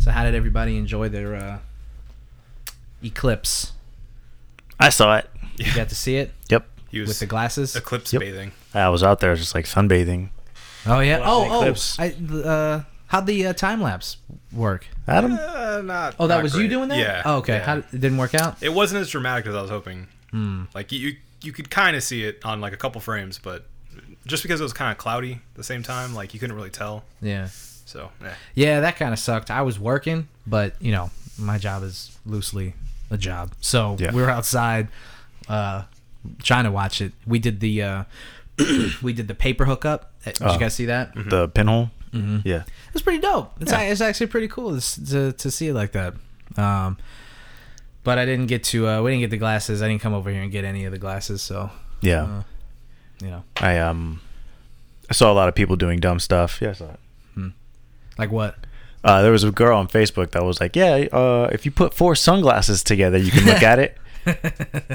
So how did everybody enjoy their uh, eclipse? I saw it. You got to see it Yep. He with was the glasses. eclipse Yep. bathing. I was out there just like sunbathing. Oh yeah. Watching Oh oh. eclipse. I, uh, how'd the uh, time lapse work? Adam, Uh, not. Oh, that not was you great. doing that. Yeah. Oh, okay. yeah. How, Hmm. it didn't work out. it wasn't as dramatic as I was hoping. Like you, you could kind of see it on like a couple frames, but just because it was kind of cloudy at the same time, like you couldn't really tell. Yeah. So eh. Yeah, that kind of sucked. I was working, but you know, my job is loosely a job. So Yeah. we were outside uh, trying to watch it. We did the uh, we did the paper hookup. Uh, Did Oh. you guys see that? the pinhole. Yeah. It was pretty dope. It's, a- it's actually pretty cool to, s- to, to see it like that. Um, but I didn't get to uh, we didn't get the glasses. I didn't come over here and get any of the glasses. So Yeah. uh, you know, I um I saw a lot of people doing dumb stuff. Yeah, I saw it. like what? Uh, there was a girl on Facebook that was like, "Yeah, uh, if you put four sunglasses together, you can look at it."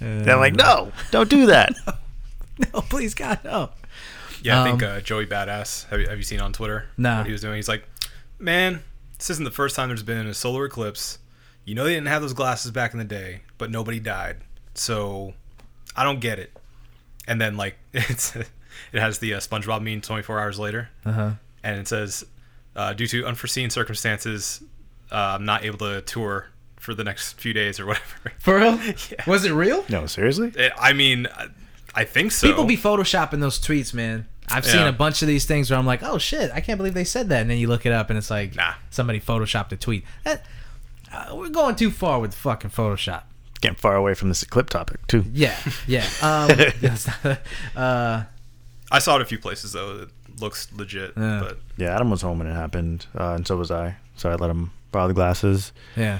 And I'm like, "No, don't do that." No, please God, no. yeah, I think Um, uh, Joey Badass. Have you, have you seen on Twitter? Nah. What he was doing? He's like, man, this isn't the first time there's been a solar eclipse. You know they didn't have those glasses back in the day, but nobody died. So I don't get it. And then like it's it has the uh, SpongeBob meme 24 hours later. Uh huh. and it says, uh, due to unforeseen circumstances, uh, I'm not able to tour for the next few days or whatever. For real? Was it real? No, seriously. It, I mean, I, I think so. People be photoshopping those tweets, man. I've seen Yeah. a bunch of these things where I'm like, oh shit, I can't believe they said that. And then you look it up and it's like, Nah. somebody photoshopped a tweet. That, uh, we're going too far with fucking Photoshop. Getting far away from this clip topic too. Yeah, yeah. Um, that's not- uh, I saw it a few places though. It looks legit, Yeah. but Yeah, Adam was home when it happened, uh, and so was I. So I let him borrow the glasses. yeah.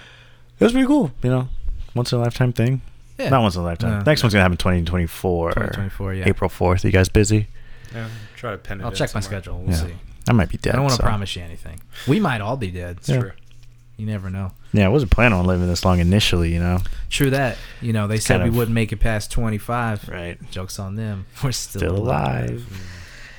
It was pretty cool, you know, once in a lifetime thing. Yeah. Not once in a lifetime. No. Next one's gonna happen 2024. 2024, yeah. April 4th. You guys busy? yeah, try to pin it. I'll in check my somewhere. schedule. We'll yeah. see. I might be dead. I don't want to so- promise you anything. We might all be dead. Yeah. True. You never know. Yeah, I wasn't planning on living this long initially, you know. True that. You know, they said kind we of- wouldn't make it past 25. Right. Jokes on them. We're still, Still alive. alive.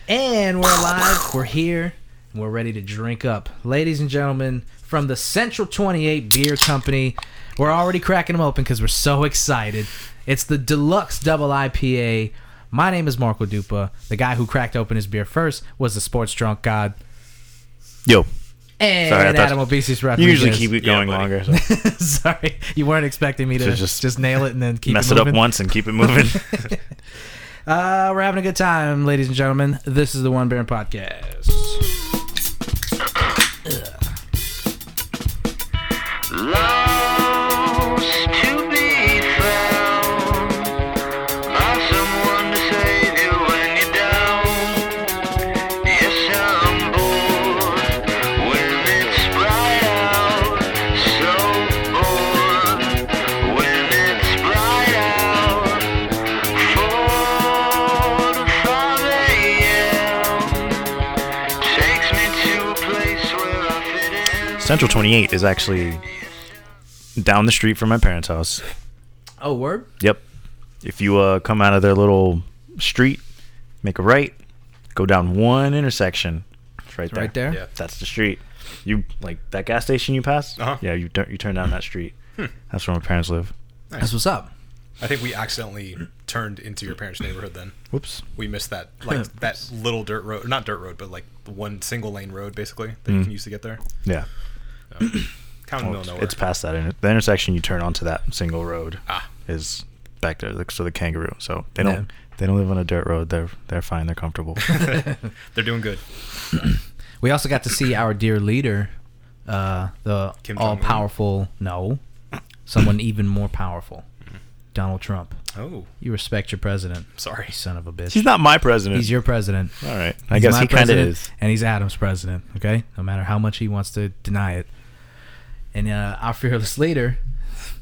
And we're alive. We're here. And we're ready to drink up. Ladies and gentlemen, from the Central 28 Beer Company, we're already cracking them open because we're so excited. It's the Deluxe Double IPA. My name is Marco Dupa. The guy who cracked open his beer first was the sports drunk god. Yo, And Sorry, I thought- Adam Obesius you Rodriguez. usually keep it Yeah, going buddy. longer. So Sorry, you weren't expecting me to Just- just, just nail it and then keep mess it it up moving. once and keep it moving. Uh, we're having a good time, ladies and gentlemen. This is the One Baron Podcast. Lost to be found by someone to save you when you're down. Yes, I'm bored when it's bright out. So bored when it's bright out. Four to five a.m. takes me to a place where I fit in. Central 28 is actually down the street from my parents' house. Oh, word? Yep. If you uh, come out of their little street, make a right, go down one intersection. It's right It's there. right there? Yeah. That's the street. You like that gas station you passed? Uh-huh. Hmm. Yeah, you turn you turn down that street. That's where my parents live. That's what's up. I think we accidentally turned into your parents' neighborhood. Then Whoops. we missed that like that little dirt road, not dirt road, but like the one single lane road basically Mm-hmm. that you can use to get there. Yeah. Kind of Oh, Well, middle of it's- nowhere. It's past that. Inter- the intersection you turn onto that single road Ah. is back there. Looks to the kangaroo. So they don't Yeah. they don't live on a dirt road. They're they're fine. They're comfortable. They're doing good. We also got to see our dear leader, uh, the Kim all Jong-un. powerful, no, someone even more powerful, Donald Trump. Oh, You respect your president, sorry. you son of a bitch. He's not my president. He's your president. All right. I He's guess my he kind of president, is. And he's Adam's president, okay? No matter how much he wants to deny it. And uh, our fearless leader,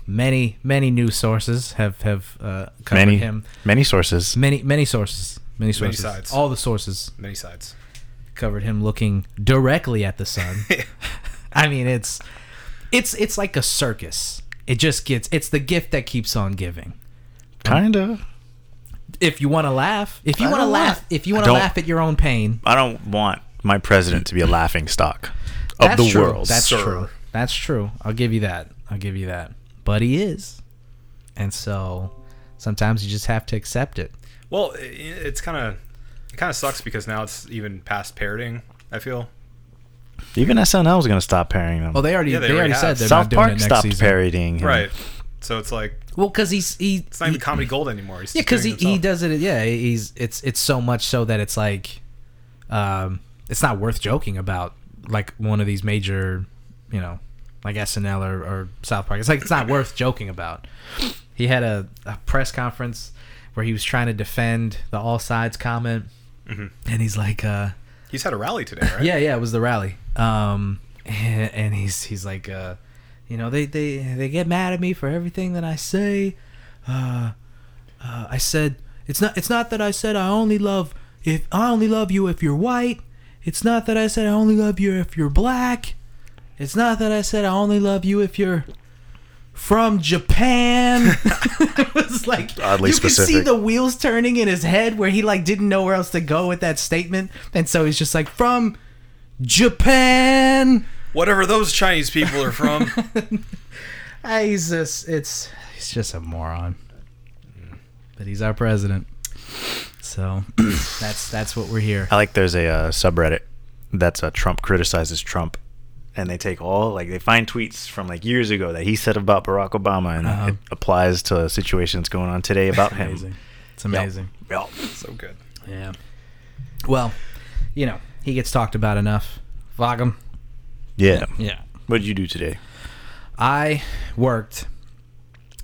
many, many news sources have, have uh, covered Many him. many sources. Many, many sources. Many Many sources. sides. All the sources Many sides. covered him looking directly at the sun. I mean, it's it's it's like a circus. It just gets it's the gift that keeps on giving. Kind of. If you want to laugh, if you I want to don't laugh, laugh. if you want I to don't- laugh at your own pain, I don't want my president to be a laughing stock. of That's the true. world. That's sir. true. That's true. I'll give you that. I'll give you that. But he is. And so sometimes you just have to accept it. Well, i it's kind of it kind of sucks because now it's even past parroting. I feel Even SNL is going to stop parrying them. Well, they already Yeah, they, they already already said have. they're not South doing it Park next stopped season. parodying him. right. So it's like Well, because he's he it's not even comedy gold anymore. He's yeah, just doing because he, it he himself. does it. Yeah, he's it's it's so much so that it's like, um, it's not worth joking about like one of these major, you know, like SNL or, or South Park. It's like it's not worth joking about. He had a, a press conference where he was trying to defend the all sides comment, and he's like, uh, He's had a rally today, right? yeah, yeah, it was the rally. Um, and, and he's he's like, uh, you know, they they they get mad at me for everything that I say. Uh, uh, I said it's not it's not that I said I only love if I only love you if you're white. It's not that I said I only love you if you're black. It's not that I said I only love you if you're from Japan. it was like Oddly you could see specific. the wheels turning in his head where he like didn't know where else to go with that statement, and so he's just like from Japan. Whatever those Chinese people are from. Ah, He's just it's he's just a moron, but he's our president. So that's that's what we're here. I like there's a uh, subreddit that's uh, Trump criticizes Trump, and they take all like they find tweets from like years ago that he said about Barack Obama, and Uh-huh. it applies to a situation that's going on today about Amazing. him. It's amazing. Yup. so good. Yeah. Well, you know he gets talked about enough. Fuck him. Yeah. Yeah. What did you do today? I worked,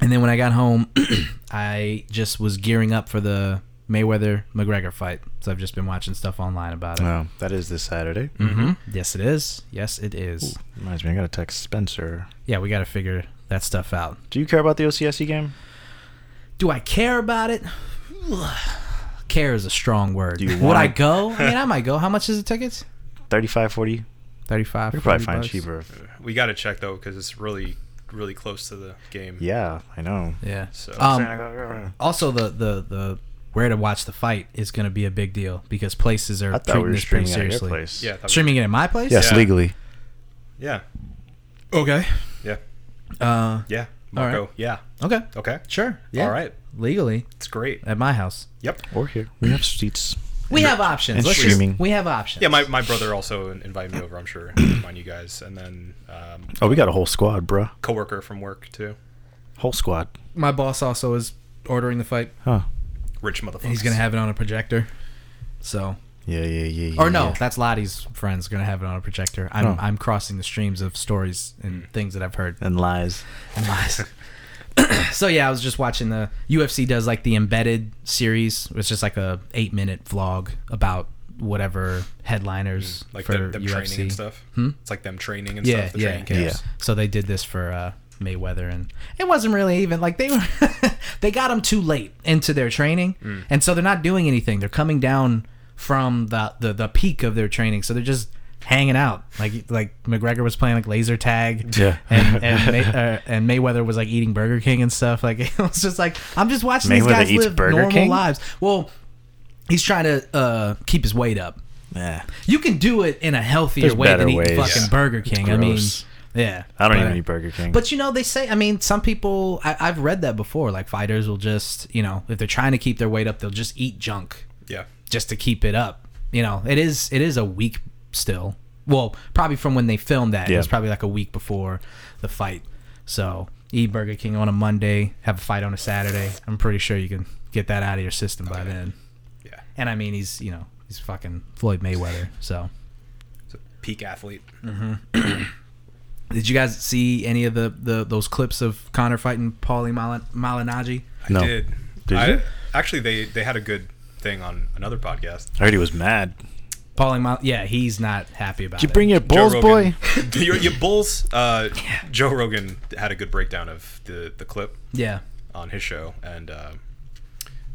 and then when I got home, I just was gearing up for the Mayweather McGregor fight. So I've just been watching stuff online about it. Oh, that is this Saturday. hmm Yes, it is. Yes, it is. Reminds me, I got to text Spencer. Yeah, we got to figure that stuff out. Do you care about the OCSE game? Do I care about it? Ugh. care is a strong word. Do you Would wanna- I go? I mean, I might go. How much is the tickets? 35, 40? You 35 could 40 probably find bucks. cheaper. We got to check though because it's really really close to the game. Yeah, I know. Yeah. So- Um, also, the, the, the where to watch the fight is going to be a big deal because places are I thought treating we were this pretty streaming at seriously. your place. Yeah. I thought we- Streaming it at my place? Yes, Yeah. legally. Yeah. Okay. Yeah. Uh, Yeah. All right. Marco. Yeah. okay. Okay. Sure. Yeah. All right. Legally It's great. at my house. Yep. Or here. We have seats. We have options. and Let's streaming. Just, we have options. Yeah, my, my brother also invited me over. I'm sure, mind you guys, and then um, Oh, we got a whole squad, bruh. coworker from work too. Whole squad. my boss also is ordering the fight. Huh. Rich motherfucker. He's gonna have it on a projector. So, Yeah, yeah, yeah. yeah or no, yeah. that's Lottie's friends gonna have it on a projector. I'm Oh. I'm crossing the streams of stories and Hmm. things that I've heard. And lies. and lies. so yeah, I was just watching the UFC does like the embedded series. It's just like a eight minute vlog about whatever headliners Hmm. like for them, them UFC. training and stuff. It's like them training and Hmm? Yeah, stuff. The yeah, training camps. So they did this for uh, Mayweather, and it wasn't really even like they were. they got him too late into their training, Mm. and so they're not doing anything. They're coming down from the, the the peak of their training, so they're just hanging out. Like like McGregor was playing like laser tag, Yeah. and and, May, uh, and Mayweather was like eating Burger King and stuff. Like it was just like I'm just watching these Mayweather guys eats live Burger normal King? lives. Well, he's trying to uh, keep his weight up. Yeah. You can do it in a healthier There's way than better eating ways. fucking Yeah. Burger King. I mean, gross. yeah. I don't but- even eat Burger King. But you know, they say. I mean, some people. I, I've read that before. Like fighters will just, you know, if they're trying to keep their weight up, they'll just eat junk Yeah. just to keep it up. You know, it is it is a week still. Well, probably from when they filmed that. It Yeah. was probably like a week before the fight. So eat Burger King on a Monday, have a fight on a Saturday. I'm pretty sure you can get that out of your system by then. yeah, And I mean, he's you know he's fucking Floyd Mayweather. So He's a peak athlete. did you guys see any of the, the those clips of Connor fighting Paulie Mal- Malignaggi? I No. did. Did I, you? Actually, they they had a good thing on another podcast. I heard he was mad. Paulie Mal- yeah, he's not happy about it. your Joe Rogan- your, your bulls. Uh, Joe Rogan had a good breakdown of the the clip yeah. on his show, and uh,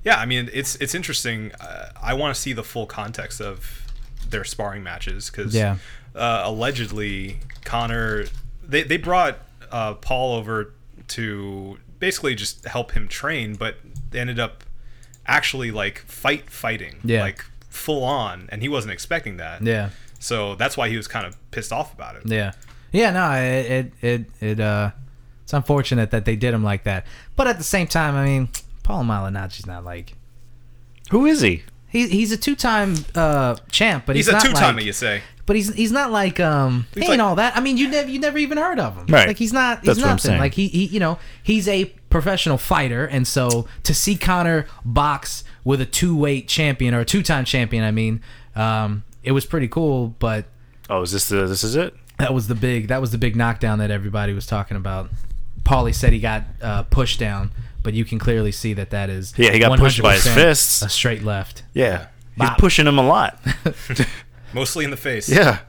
yeah, I mean it's it's interesting. Uh, I want to see the full context of their sparring matches because Yeah. uh, allegedly Connor they they brought uh, Paul over to basically just help him train, but they ended up actually like fight fighting Yeah. like full on, and he wasn't expecting that. Yeah. So that's why he was kind of pissed off about it. Yeah. Yeah, no, it it it, it uh it's unfortunate that they did him like that. But at the same time, I mean, Paul Malignaggi's not like Who is he? he, he's a two-time uh champ, but he's, He's a not two-timer, like, you say? but he's he's not like um he He's ain't like- all that. I mean, you never you never even heard of him. Right. Like he's not he's That's what I'm nothing. saying. Like he, he you know, he's a professional fighter and so to see Connor box with a two-weight champion or a two-time champion, I mean, um it was pretty cool, but Oh, is this the this is it? that was the big that was the big knockdown that everybody was talking about. Paulie said he got uh, pushed down, but you can clearly see that that is Yeah, he got pushed by his 100% fists. A straight left. Yeah. He's Bop. pushing him a lot. Mostly in the face. Yeah.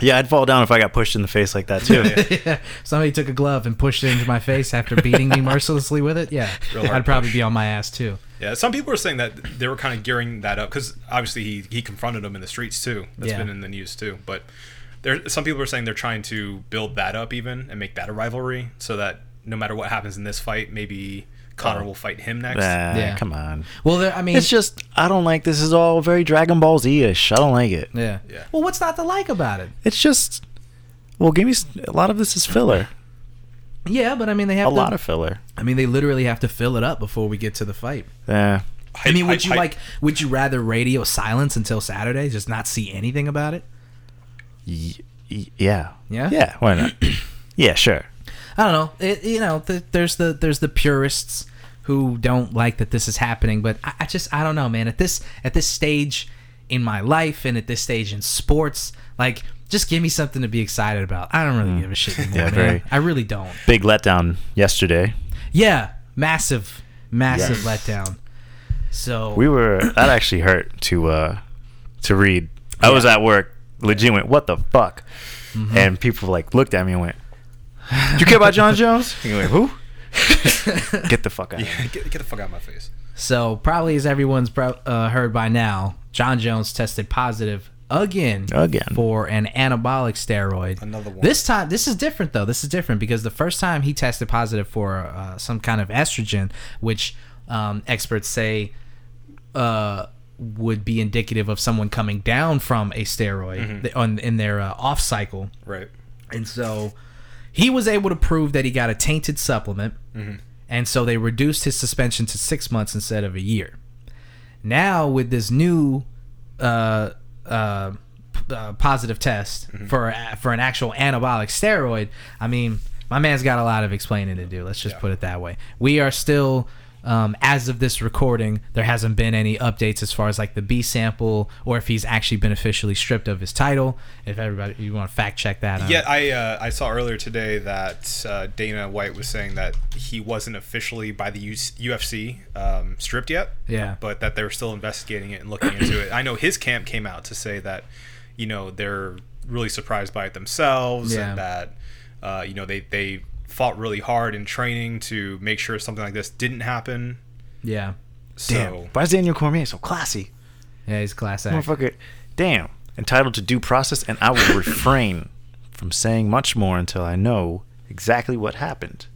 Yeah, I'd fall down if I got pushed in the face like that too. Somebody took a glove and pushed it into my face after beating me mercilessly with it. Yeah, Real hard I'd probably push. be on my ass too. Yeah, some people are saying that they were kind of gearing that up because obviously he, he confronted him in the streets too. That's Yeah. been in the news too. But there, some people are saying they're trying to build that up even and make that a rivalry so that no matter what happens in this fight, maybe Connor Oh. will fight him next. Nah, Yeah. come on. Well, there, I mean, It's just I don't like this is all very Dragon Ball Z ish. I don't like it. yeah. Yeah. Well, what's not to like about it? It's just well, give me s- a lot of this is filler. Yeah, but I mean, they have A to, lot of filler. I mean, they literally have to fill it up before we get to the fight. Yeah. I mean, would I- you I- like? Would you rather radio silence until Saturday, just not see anything about it? Y- y- yeah. Yeah? Yeah. Why not? yeah. Sure. I don't know. It, you know, th- there's the there's the purists who don't like that this is happening, but I, I just I don't know, man. At this at this stage in my life and at this stage in sports, like just give me something to be excited about. I don't really give a shit anymore, Mm. Yeah, man. very- I really don't. Big letdown yesterday. Yeah, massive, massive Yes. letdown. So We were that actually hurt to uh to read. I was at work. Legit went what the fuck, and people like looked at me and went, "Do you care about John Jones?" And you went, "Who?" Get the fuck out. of here. Get, get the fuck out of my face. so probably as everyone's pro- uh, heard by now, John Jones tested positive again Again. for an anabolic steroid. Another one. This time, this is different though. This is different because the first time he tested positive for uh, some kind of estrogen, which um, experts say uh, would be indicative of someone coming down from a steroid Mm-hmm. th- on in their uh, off cycle, Right. and so he was able to prove that he got a tainted supplement, and so they reduced his suspension to six months instead of a year. Now with this new uh, uh, p- uh, positive test for a, for an actual anabolic steroid, I mean, my man's got a lot of explaining to do. Let's just put it that way. We are still. Um, as of this recording, there hasn't been any updates as far as like the B sample or if he's actually been officially stripped of his title. If everybody, you want to fact check that. I Yeah, I uh, I saw earlier today that uh, Dana White was saying that he wasn't officially by the US- UFC um, stripped yet. Yeah. But that they were still investigating it and looking into it. I know his camp came out to say that, you know, they're really surprised by it themselves Yeah. and that, uh, you know, they they fought really hard in training to make sure something like this didn't happen. Yeah. So Damn. Why is Daniel Cormier so classy? Yeah, he's a class act. Motherfucker. Damn. Entitled to due process, and I will refrain from saying much more until I know exactly what happened.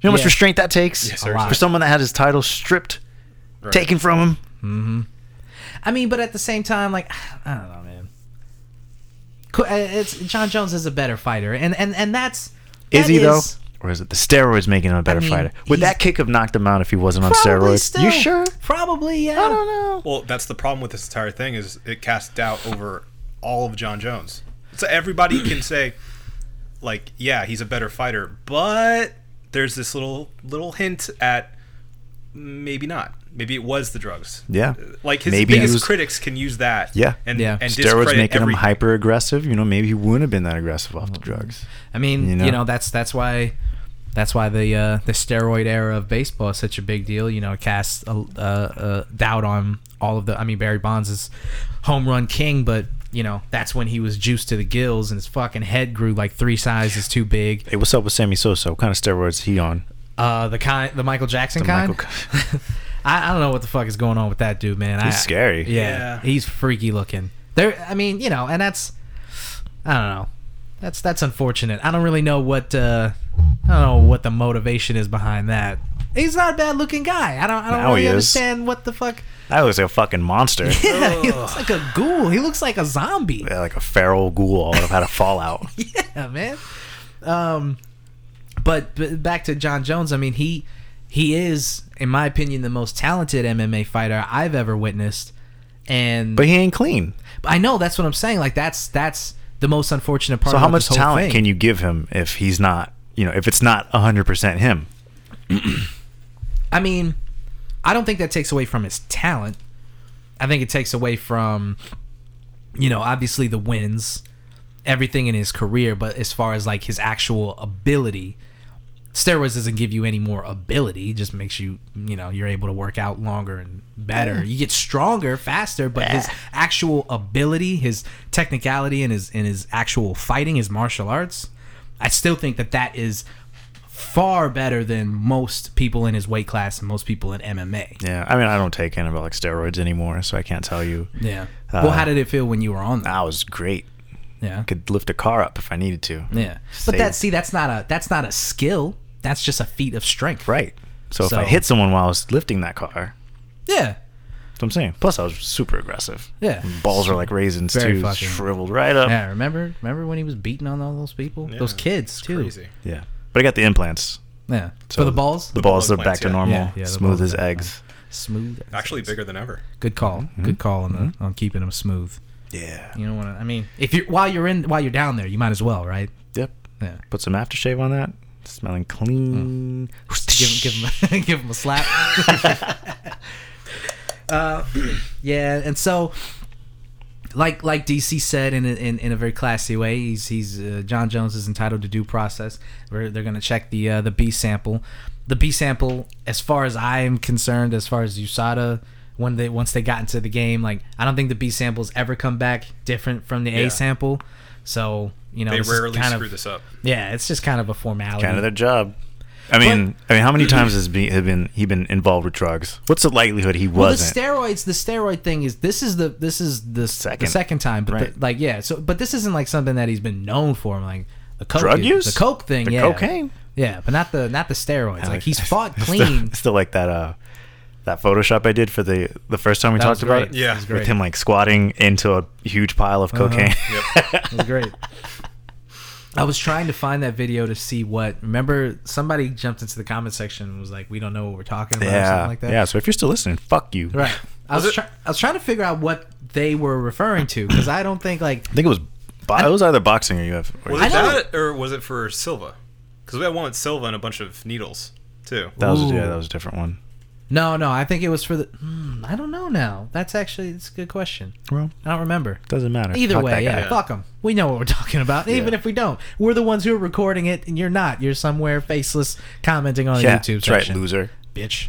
You know how much Yeah. restraint that takes Yes, A lot. for someone that had his title stripped, Right. taken from him. I mean, but at the same time, like, I don't know, man. Co- uh, It's John Jones is a better fighter, and and and that's Is that he though? Or is it the steroids making him a better mean, fighter? Would he's- that kick have knocked him out if he wasn't on Probably steroids? still, You sure? Probably, yeah. I don't know. Well, that's the problem with this entire thing is it casts doubt over all of John Jones. So everybody can say, like, yeah, he's a better fighter, but there's this little little hint at maybe not. Maybe it was the drugs. Yeah. Like his Maybe he biggest was- critics can use that. Yeah. And Yeah. and steroids discredit making him everything. hyper aggressive. You know, maybe he wouldn't have been that aggressive off the drugs. I mean, you You know, know? that's that's why that's why the uh, the steroid era of baseball is such a big deal. You know, it casts a, a, a doubt on all of the. I mean, Barry Bonds is home run king, but you know that's when he was juiced to the gills and his fucking head grew like three sizes too big. Hey, what's up with Sammy Sosa? What kind of steroids is he on? Uh, the kind, the Michael Jackson kind. Michael I, I don't know what the fuck is going on with that dude, man. He's I- scary. Yeah, Yeah. he's freaky looking. There, I mean, you know, and that's, I don't know, that's that's unfortunate. I don't really know what, uh, I don't know what the motivation is behind that. He's not a bad looking guy. I don't. I don't Now he really is. understand what the fuck. That was a fucking monster. Yeah, he looks like a ghoul. He looks like a zombie. Yeah, uh, like a feral ghoul. I would have had a fallout. yeah, man. Um, but, but back to John Jones. I mean, he he is, in my opinion, the most talented MMA fighter I've ever witnessed. And But he ain't clean. I know that's what I'm saying. Like that's that's the most unfortunate part. So how about much this whole talent thing. can you give him if he's not, you know, if it's not 100% him? I mean, I don't think that takes away from his talent. I think it takes away from, you know, obviously the wins, everything in his career, but as far as like his actual ability, steroids doesn't give you any more ability. It just makes you, you know, you're able to work out longer and better. You get stronger faster, but his actual ability, his technicality, and his and his actual fighting, his martial arts, I still think that that is far better than most people in his weight class and most people in MMA. Yeah. I mean, I don't take anabolic steroids anymore, so I can't tell you. Yeah. well, how did it feel when you were on that? That was great. Yeah. Uh, Could lift a car up if I needed to. Yeah. But Save. that see that's not a that's not a skill. That's just a feat of strength. Right. So, So- if I hit someone while I was lifting that car, Yeah. that's what I'm saying. Plus, I was super aggressive. Yeah. Balls were like raisins Very too, fucking- shriveled right up. Yeah, remember remember when he was beating on all those people? Those kids too. Crazy. Yeah. But I got the implants. Yeah. So For the balls? The, balls ball are back implants, to yeah. normal, Yeah, yeah, the balls smooth as are back. eggs. Smooth. Actually, bigger than ever. Good call. Mm-hmm. Good call on the on keeping them smooth. Yeah. You don't want to I mean, if you are while you're in while you're down there, you might as well, right? Yep. Yeah. Put some aftershave on that. Smelling clean. give him give him a, give him a slap. uh, yeah, and so like like DC said in a, in, in a very classy way, he's he's uh, John Jones is entitled to due process. Where they're going to check the uh, the B sample. The B sample, as far as I am concerned, as far as USADA, when they once they got into the game, like I don't think the B samples ever come back different from the Yeah. A sample. So you know, They this is rarely kind screw of, this up. Yeah, it's just kind of a formality. Kind of their job. I mean, I mean, how many times has be, have been he been involved with drugs? What's the likelihood he Well, the wasn't? steroids, the steroid thing is this is the this is the second, Second. the second time, but the- Right. like yeah, so but this isn't like something that he's been known for, like the coke, Drug is- use? the coke thing, The yeah, cocaine? yeah, but not the not the steroids. Like he's fought Still- clean. Still, like that uh that Photoshop I did for the the first time we That was talked about great. it. Yeah. That was With great. Uh-huh. him like squatting into a huge pile of cocaine. It was great. I was trying to find that video to see what. Remember, somebody jumped into the comment section and was like, "We don't know what we're talking about," or yeah. something like that. Yeah, so if you're still listening, fuck you. right. I was, Was it- try- I was trying to figure out what they were referring to because I don't think like I think it was bo- it was either boxing or UF. Or Was it know. that, or was it for Silva? Because we had one with Silva and a bunch of needles too. that was yeah, Ooh. that was a different one. No, no, I think it was for the. Hmm, I don't know now. That's actually it's a good question. Well, I don't remember. doesn't matter. Either Fuck way, that guy. yeah, guy. fuck them. We know what we're talking about, even if we don't. We're the ones who are recording it, and you're not. You're somewhere faceless commenting on a Yeah, YouTube that's right, section, loser. bitch.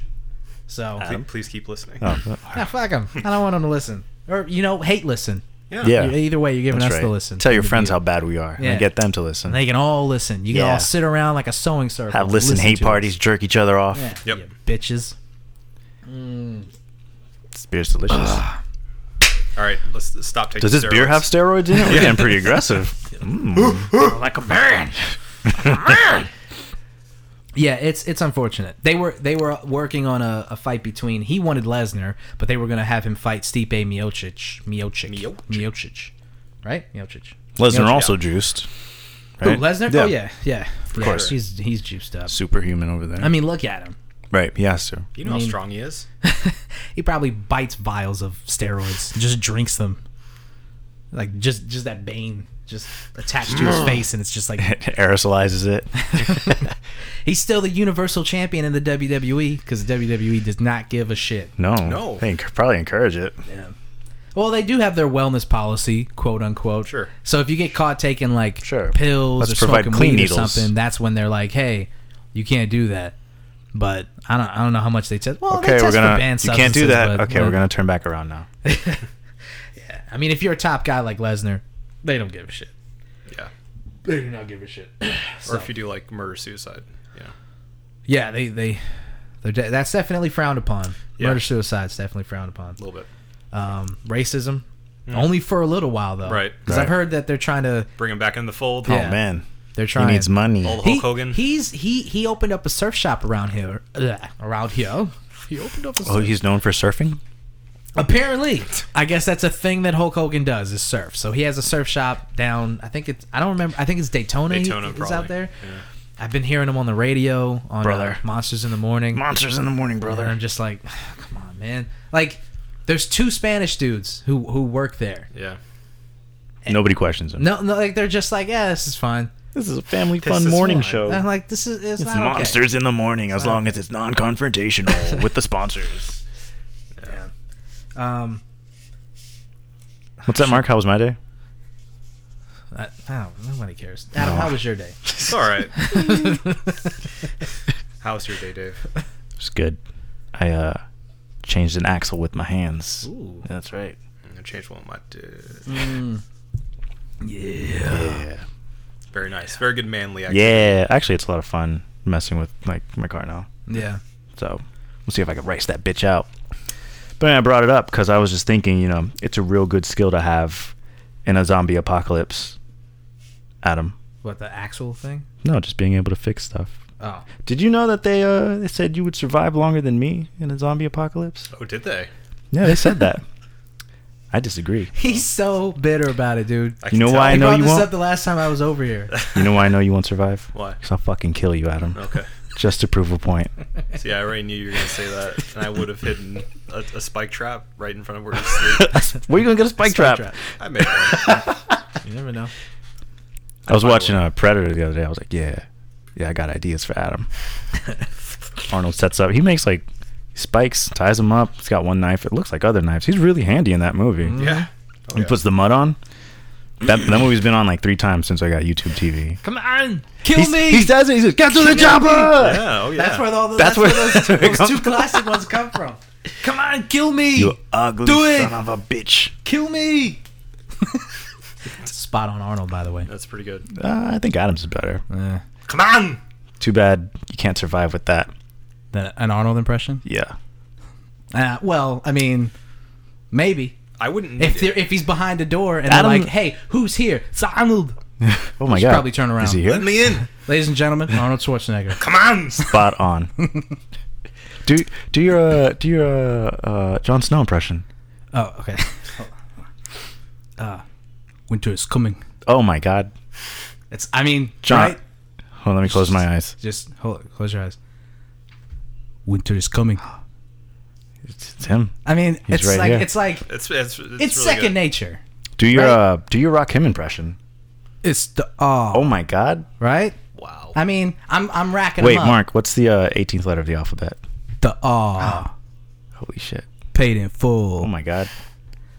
So Please, please keep listening. Oh, nah, fuck them. I don't want them to listen, or you know, hate listen. E-, yeah. Either way, you're giving That's us the right. listen. Tell your The friends view. how bad we are, Yeah. and get them to listen. And they can all listen. You can Yeah. all sit around like a sewing circle. have and listen, hate to us. parties, jerk each other off. Yeah, Yep. you bitches. This beer's delicious. All right, let's let's stop taking. Does this beer steroids. have steroids in it? We're getting pretty aggressive. Mm. like a man. Yeah, it's it's unfortunate. They were they were working on a, a fight between he wanted Lesnar, but they were gonna have him fight Stipe Miocic, Miocic, Miocic. Miocic, right? Miocic. Lesnar Miocic. also juiced. Who, right? Lesnar. Oh yeah, yeah. Of course. he's he's juiced up. Superhuman over there. I mean, look at him. right. He has to. You know how strong he is. He probably bites vials of steroids, just drinks them, like just just that bane just attached to his face, and it's just like Aerosolizes it. he's still the universal champion in the E, WWE because WWE does not give a shit. No. No. They enc- probably encourage it. Well, they do have their wellness policy, quote unquote. Sure. So if you get caught taking like Sure. pills Let's or provide smoking clean weed or needles. something, that's when they're like, "Hey, you can't do that." But I don't, I don't know how much they test. Well, Oh, they Okay, test we're for gonna. banned You can't do substances, that. but, Okay, uh, we're gonna turn back around now. I mean, if you're a top guy like Lesnar, they don't give a shit. Yeah. They do not give a shit. Or if you do like murder suicide. Yeah. Yeah, they they, they're de- that's definitely frowned upon. Yeah. Murder suicide's definitely frowned upon. A little bit. Um, racism, only for a little while though, Right. Because I've Right. heard that they're trying to Bring him back in the fold. Yeah. Oh man. They're He trying. needs money. All the He- Hulk Hogan. He's he he opened up a surf shop around here. Ugh, around here. He opened up a Oh, surf. he's known for surfing. Apparently, I guess that's a thing that Hulk Hogan does is surf. So he has a surf shop down. I think it's I don't remember. I think it's Daytona. Daytona, is probably. out there. I've been hearing him on the radio on uh, Brother. Monsters in the Morning. Monsters in the morning, brother. And I'm just like, come on, man. Like, there's two Spanish dudes who who work there. Yeah. Nobody questions him. No, no, like they're just like, yeah, this is fine. This is a family This fun is morning fun. show. And I'm like, this is it's, Oh. Uh-huh. It's not monsters in the morning, as long as it's non-confrontational with the sponsors. Okay. Um, What's that, Mark? How was my day? I, I don't, nobody cares. Adam, No. how was your day? It's all right. How's your day, Dave? It's good. I uh changed an axle with my hands. Ooh. That's right. I'm gonna change one of my. Dude. Mm. Yeah. Very nice. Very good manly. Action. Yeah. Actually, it's a lot of fun messing with like my car now. Yeah. So we'll see if I can race that bitch out. But I brought it up because I was just thinking, you know, it's a real good skill to have in a zombie apocalypse. Adam, What the actual thing? no, just being able to fix stuff. Oh, Did you know that they uh, they said you would survive longer than me in a zombie apocalypse? Oh, did they? Yeah, they said that. I disagree. he's so bitter about it, dude. I You know can why I I know brought you this won't. up the last time I was over here. You know why I know you won't survive? Why? Because I'll fucking kill you, Adam. Okay. Just to prove a point. See, I already knew you were gonna say that, and I would have hidden a, a spike trap right in front of where you sleep. Where you gonna get a spike, trap? I made one. You never know. I was By the watching way. uh, Predator the other day. I was like, yeah, yeah, I got ideas for Adam. Arnold sets up. He makes like spikes, ties them up. He's got one knife. It looks like other knives. He's really handy in that movie. Yeah. Oh, He yeah. puts the mud on. That, that movie's been on like three times since I got YouTube TV. Come on, kill He's, me. he does it. He says, "Get to the chopper!" Yeah. Oh, yeah. that's where all the, that's, That's where, where- that's where those, it those comes two from. classic ones come from. Come on, kill me. You ugly Do it. son of a bitch. kill me. Spot on Arnold, by the way. That's pretty good. Uh, I think Adam's is better. Eh, Come on. too bad you can't survive with that. That, an Arnold impression? Yeah. Uh, well, I mean, maybe I wouldn't. Need if it. they're, if he's behind a door and Adam- they're like, "Hey, who's here?" It's Arnold. Oh my should god. probably turn around. Is he Let here? me in. Ladies and gentlemen, Arnold Schwarzenegger. Come on. Spot on. do do your uh, do your uh, uh, John Snow impression. Oh, okay. Uh, winter is coming. Oh my god. It's. I mean, John. right? Hold on, let me close my eyes. Just hold, close your eyes. Winter is coming. It's, it's him. I mean, He's it's right like here. it's like it's, It's it's it's, really second Good. nature. Do your Right. uh, do your Rock Him impression. It's the aw, Oh my god. right? Wow. I mean, I'm I'm racking 'em Wait, up. Mark, what's the uh, 18th letter of the alphabet? The aw, Ah. Holy shit. paid in full. Oh my god.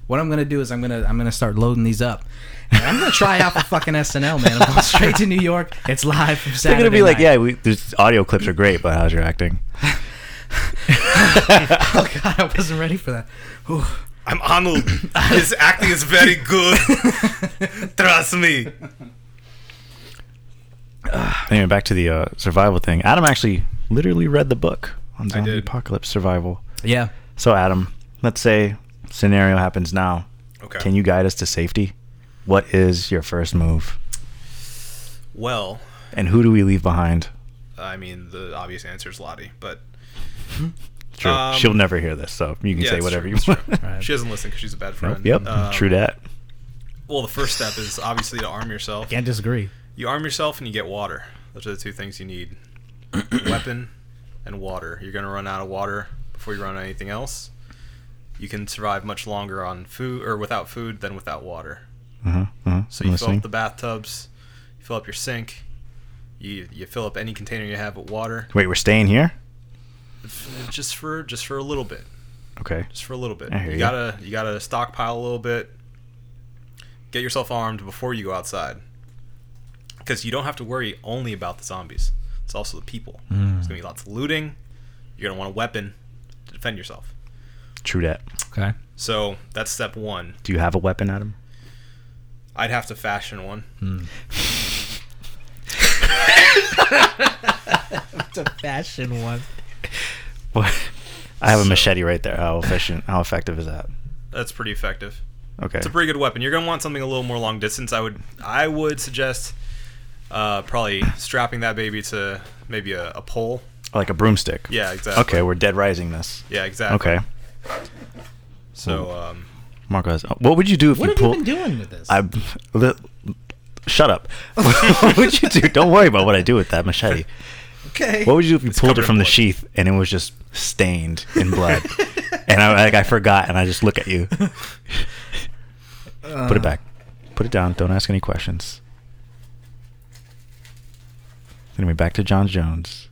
What I'm gonna do is I'm gonna I'm gonna start loading these up. And I'm gonna try out for fucking SNL, man. I'm going straight to New York. It's live from They're Saturday. gonna be like, night. yeah, we, these audio clips are great, but how's your acting? Oh god, I wasn't ready for that. Whew. I'm Arnold. His acting is very good. Trust me. Anyway, back to the uh, survival thing. Adam actually literally read the book on zombie did. apocalypse survival. Yeah. So, Adam, let's say scenario happens now. Okay. Can you guide us to safety? What is your first move? Well, And who do we leave behind? I mean, the obvious answer is Lottie, but True. Um, She'll never hear this, so you can yeah, say it's whatever true, you it's true. want. Right. she doesn't listen because she's a bad friend. Nope, yep. Um, true that. Well, the first step is obviously to arm yourself. Can't disagree. You arm yourself and you get water. Those are the two things you need: weapon and water. You're gonna run out of water before you run out of anything else. You can survive much longer on food or without food than without water. Uh-huh, uh-huh. So I'm you fill listening. up the bathtubs, you fill up your sink, you you fill up any container you have with water, Wait, we're staying here? f- just for just for a little bit, Okay. just for a little bit. I hear You ya. gotta you gotta stockpile a little bit. Get yourself armed before you go outside, because you don't have to worry only about the zombies. It's also the people. Hmm. There's gonna be lots of looting. You're gonna want a weapon to defend yourself. True that. Okay. So that's step one. Do you have a weapon, Adam? I'd have to fashion one. It's a fashion one. What? I have a machete right there. How efficient? How effective is that? That's pretty effective. Okay. It's a pretty good weapon. You're gonna want something a little more long distance. I would I would suggest Uh, probably strapping that baby to maybe a, a pole. Like a broomstick. Yeah, exactly. Okay, we're dead rising this. Yeah, exactly. Okay. So, um, Marco has. What would you do if What you have pulled? you been doing with this? I li- shut up. what would you do? Don't worry about what I do with that machete. okay. What would you do if you pulled covered it in from the blood. sheath and it was just stained in blood? and I like I forgot, and I just look at you. Uh. Put it back. Put it down. Don't ask any questions. Anyway, back to John Jones.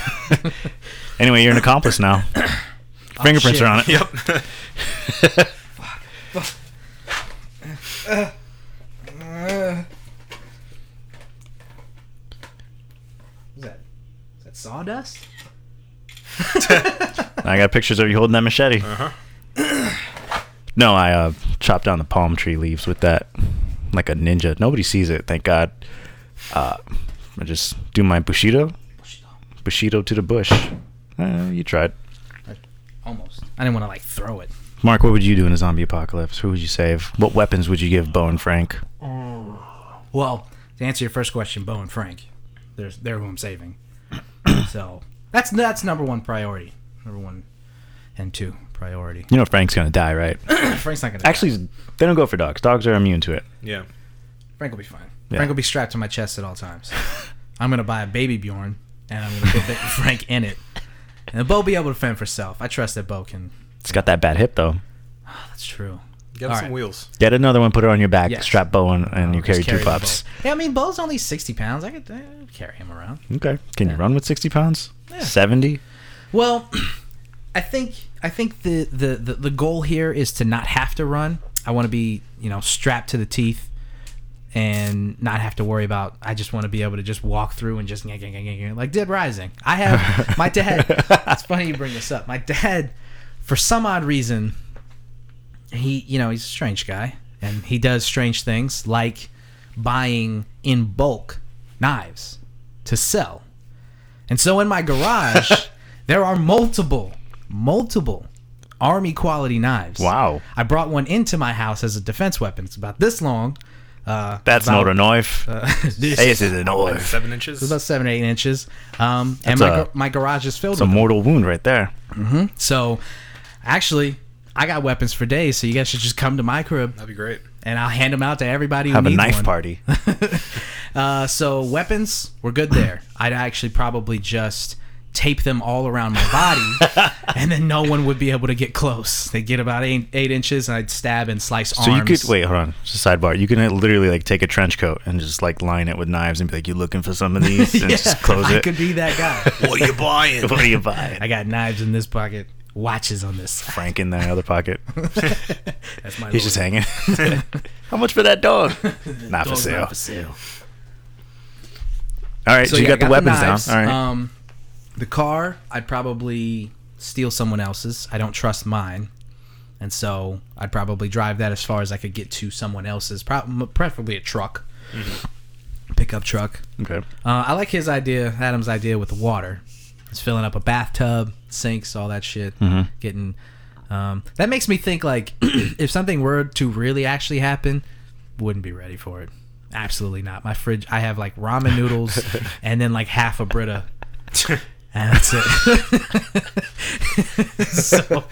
anyway, you're an accomplice now. Fingerprints Oh, shit. are on it. yep. Uh, Uh, is that is that sawdust? I got pictures of you holding that machete. uh-huh. No, I uh, chopped down the palm tree leaves with that, like a ninja. Nobody sees it, thank God. Uh, I just do my bushido, bushido to the bush. Uh, you tried. Almost. I didn't want to like throw it. Mark, what would you do in a zombie apocalypse? Who would you save? What weapons would you give Bo and Frank? Well, to answer your first question, Bo and Frank, they're, they're who I'm saving. so that's that's number one priority. Number one and two priority. You know Frank's gonna die, right? Frank's not gonna. die. Actually, they don't go for dogs. Dogs are immune to it. Yeah. Frank will be fine. Yeah. Frank will be strapped to my chest at all times. I'm gonna buy a baby Bjorn and I'm gonna put baby Frank in it, and Bo will be able to fend for herself. I trust that Bo can. It's got that bad hip though. That's true. Get All some right. wheels. Get another one, put it on your back, Yes. strap Bo, and, and you I'll just carry two the Bo. pups. Yeah, I mean Bo's only sixty pounds. I could, I could carry him around. Okay. Can you Yeah. run with sixty pounds? Yeah. Seventy. Well, I think I think the, the the the goal here is to not have to run. I want to be you know strapped to the teeth and not have to worry about. I just want to be able to just walk through and just gang, gang, gang, gang, gang, like Dead Rising. I have my dad. it's funny you bring this up. My dad, for some odd reason, he you know he's a strange guy and he does strange things like buying in bulk knives to sell. And so in my garage, there are multiple, multiple army quality knives. Wow. I brought one into my house as a defense weapon. It's about this long. Uh, That's about, uh, not a knife. this this is a knife. Seven inches. It's about seven or eight inches. Um, and That's my, a- gar- my garage is filled It's a with them. mortal wound right there. So actually, I got weapons for days. So you guys should just come to my crib That'd be great. and I'll hand them out to everybody who Have a needs knife one. party. Uh, so weapons, we're good there. I'd actually probably just tape them all around my body, and then no one would be able to get close. They get about eight, eight inches, and I'd stab and slice So you arms. could wait, hold on, just a sidebar. You can uh, literally like take a trench coat and just like line it with knives and be like, "You looking for some of these?" And yeah, just close I it. could be that guy. What are you buying? what do you buy? I got knives in this pocket, watches on this. side. Frank in the other pocket. That's my. He's just hanging. How much for that dog? Not for sale. sale. All right, so, you yeah, I got, the weapons knives. down. All right. Um, the car, I'd probably steal someone else's. I don't trust mine, and so I'd probably drive that as far as I could get to someone else's, prob- preferably a truck, Mm-hmm. pickup truck. okay. Uh, I like his idea, Adam's idea with the water. It's filling up a bathtub, sinks, all that shit. Getting um, that makes me think like if something were to really actually happen, wouldn't be ready for it. Absolutely not. My fridge, I have like ramen noodles and then like half a Brita. And that's it. so,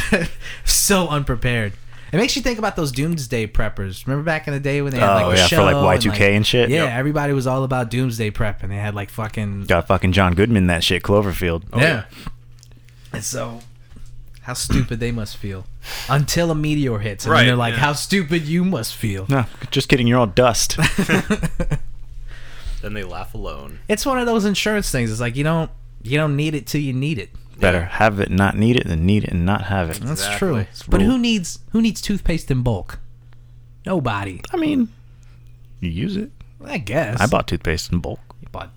so unprepared. It makes you think about those doomsday preppers. Remember back in the day when they had like Oh, a yeah, for, like, show and, Y2K and shit? Yeah, Yep. everybody was all about doomsday prep, and they had like fucking Got fucking John Goodman that shit. Cloverfield. Oh, yeah. And so, how stupid they must feel until a meteor hits, and then Right, they're like, yeah. "How stupid you must feel." No, just kidding. You're all dust. Then they laugh alone. It's one of those insurance things. It's like you don't you don't need it till you need it. Better have it, not need it, than need it and not have it. That's Exactly. true. It's But rule. who needs who needs toothpaste in bulk? Nobody, I mean, you use it. I guess. I bought toothpaste in bulk. You bought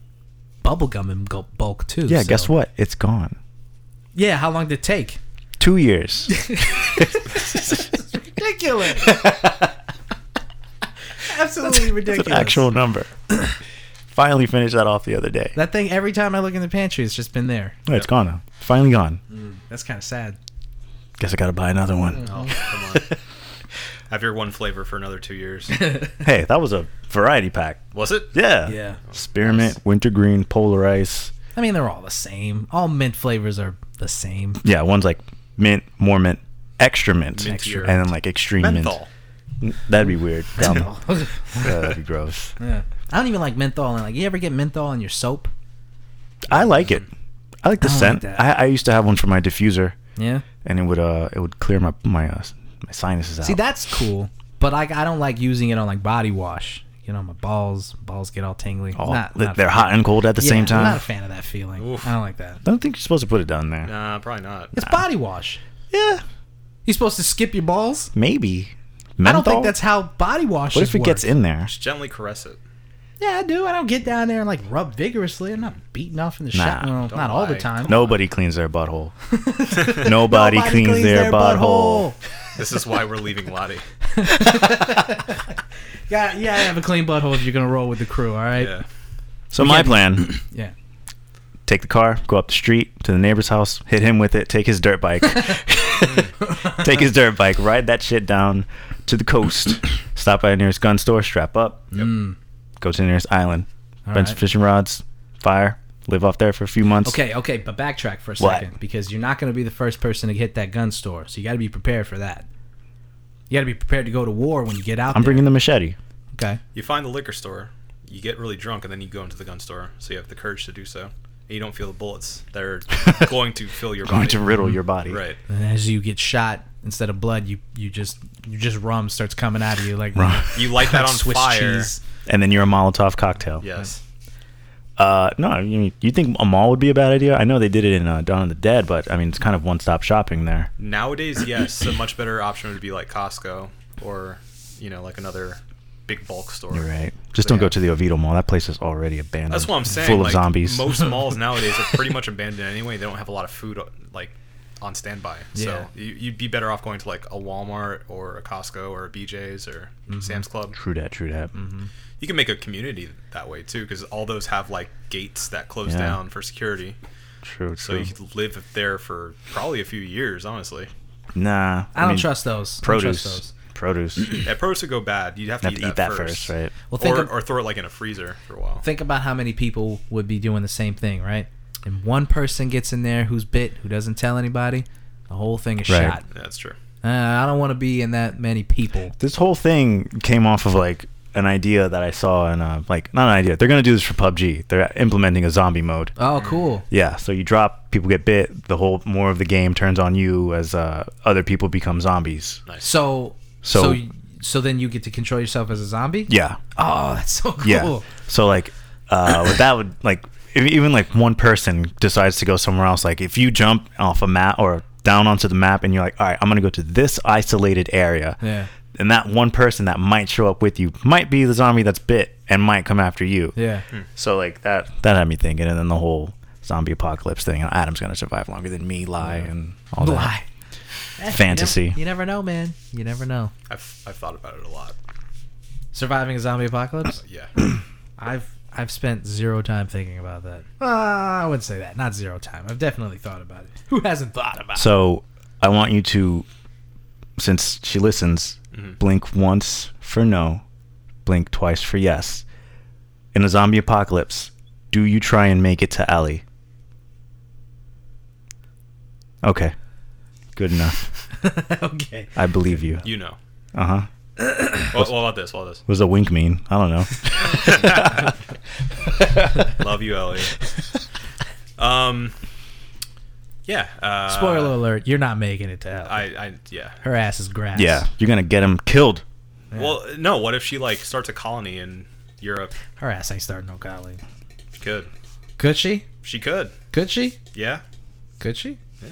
bubblegum in gul- bulk too. Yeah, so- guess what? It's gone. Yeah, how long did it take? Two years. Ridiculous. Absolutely ridiculous. It's an actual number. Finally finished that off the other day. That thing, every time I look in the pantry, it's just been there. No, it's gone now. Finally gone. That's kind of sad. Oh, Guess I gotta buy another one. Oh, after one flavor for another two years. Hey, that was a variety pack. Was it? Mm. Yeah. Yeah. Spearmint, wintergreen, polar ice. I mean, they're all the same. All mint flavors are the same. Yeah, one's like mint, more mint, extra mint, Mintier. and then like extreme Menthol. mint. That'd be weird. Menthol. yeah, that'd be gross. yeah. I don't even like menthol. And like, you ever get menthol in your soap? I like it. I like the I don't scent. like that. I, I used to have one for my diffuser, Yeah. and it would uh it would clear my my uh, my sinuses out. See, that's cool. But like, I don't like using it on like body wash. You know, my balls balls get all tingly. Oh, Not- li- not- they're hot and cold at the Yeah, same I'm time. not a I fan of that feeling. Oof. I don't like that. don't think you're supposed to put it down there. Nah, probably not. It's body wash. Yeah, You're supposed to skip your balls? maybe. I don't Menthol? think that's how body wash What if it work. gets in there? Just gently caress it. Yeah, I do. I don't get down there and like rub vigorously. I'm not beating off in the shower. Well, don't not all the lie. time. Nobody cleans their butthole. Nobody, Nobody cleans, their, butthole. This is why we're leaving Lottie. Yeah, yeah, I have a clean butthole if you're gonna roll with the crew. All right. Yeah. So my plan: Yeah. take the car, go up the street to the neighbor's house, hit him with it, take his dirt bike, take his dirt bike, ride that shit down to the coast, stop by the nearest gun store, strap up, go to the nearest island, Mm. All bunch right. of fishing rods, fire, live off there for a few months. Okay, okay, but backtrack for a What? second because you're not gonna be the first person to hit that gun store, so you got to be prepared for that. You got to be prepared to go to war when you get out. I'm there. bringing the machete. Okay. You find the liquor store, you get really drunk, and then you go into the gun store. So you have the courage to do so. And you don't feel the bullets. They're going to fill your Going body. to Mm. riddle your body. right. And as you get shot, instead of blood, you you just you just rum starts coming out of you like Rum. You light that like on Swiss fire. cheese. And then you're a Molotov cocktail. Yes. Uh, no, I mean, you think a mall would be a bad idea? I know they did it in uh, Dawn of the Dead, but I mean, it's kind of one-stop shopping there. Nowadays, yes, a much better option would be like Costco or, you know, like another big bulk store. You're right. Just don't Yeah. go to the Oviedo Mall. That place is already abandoned. That's what I'm saying. Full like, of zombies. Most malls nowadays are pretty much abandoned anyway. They don't have a lot of food like on standby. Yeah. So you, you'd be better off going to like a Walmart or a Costco or a BJ's or Mm-hmm. Sam's Club. True that. True that. You can make a community that way too, because all those have like gates that close Yeah. down for security. True. True. So you could live there for probably a few years, honestly. nah. I don't mean, trust those. I don't trust produce. those. Produce. You Yeah, produce would go bad. You'd have to, have to eat, eat that, that first, right? Well, think Or, of- or throw it like in a freezer for a while. think about how many people would be doing the same thing, right? And one person gets in there who's bit, who doesn't tell anybody, the whole thing is Right. shot. Yeah, that's true. Uh, I don't want to be in that many people. This whole thing came off of like an idea that I saw in uh, like not an idea. They're gonna do this for PUBG. They're implementing a zombie mode. Oh, cool. Yeah, so you drop, people get bit. The whole more of the game turns on you as uh, other people become zombies. So, So- so, so, then you get to control yourself as a zombie. Yeah, Oh, that's so cool. yeah. So like, uh, what that would like if even like one person decides to go somewhere else. Like if you jump off a map or down onto the map and you're like, all right, I'm gonna go to this isolated area. Yeah. And that one person that might show up with you might be the zombie that's bit and might come after you. Yeah. Hmm. So like that that had me thinking, and then the whole zombie apocalypse thing. And Adam's gonna survive longer than me. Lie and all that. Lie. Fantasy. You never, you never know, man. You never know. I've, I've thought about it a lot. Surviving a zombie apocalypse. Yeah. I've I've spent zero time thinking about that. Uh, I wouldn't say that. Not zero time. I've definitely thought about it. Who hasn't thought about it? So I want you to, since she listens, Mm-hmm. blink once for no, blink twice for yes. In a zombie apocalypse, do you try and make it to Ellie? Okay. Good enough. okay. I believe you. You know. Uh huh. What, what about this? What about this? What does a wink mean? I don't know. Love you, Ellie. Um, yeah. Uh, Spoiler alert: You're not making it to hell. I, I, yeah. Her ass is grass. yeah, you're gonna get him killed. Well, no. What if she like starts a colony in Europe? Her ass ain't starting no college. She could. Could she? She could. Could she? Yeah. Could she? Yeah.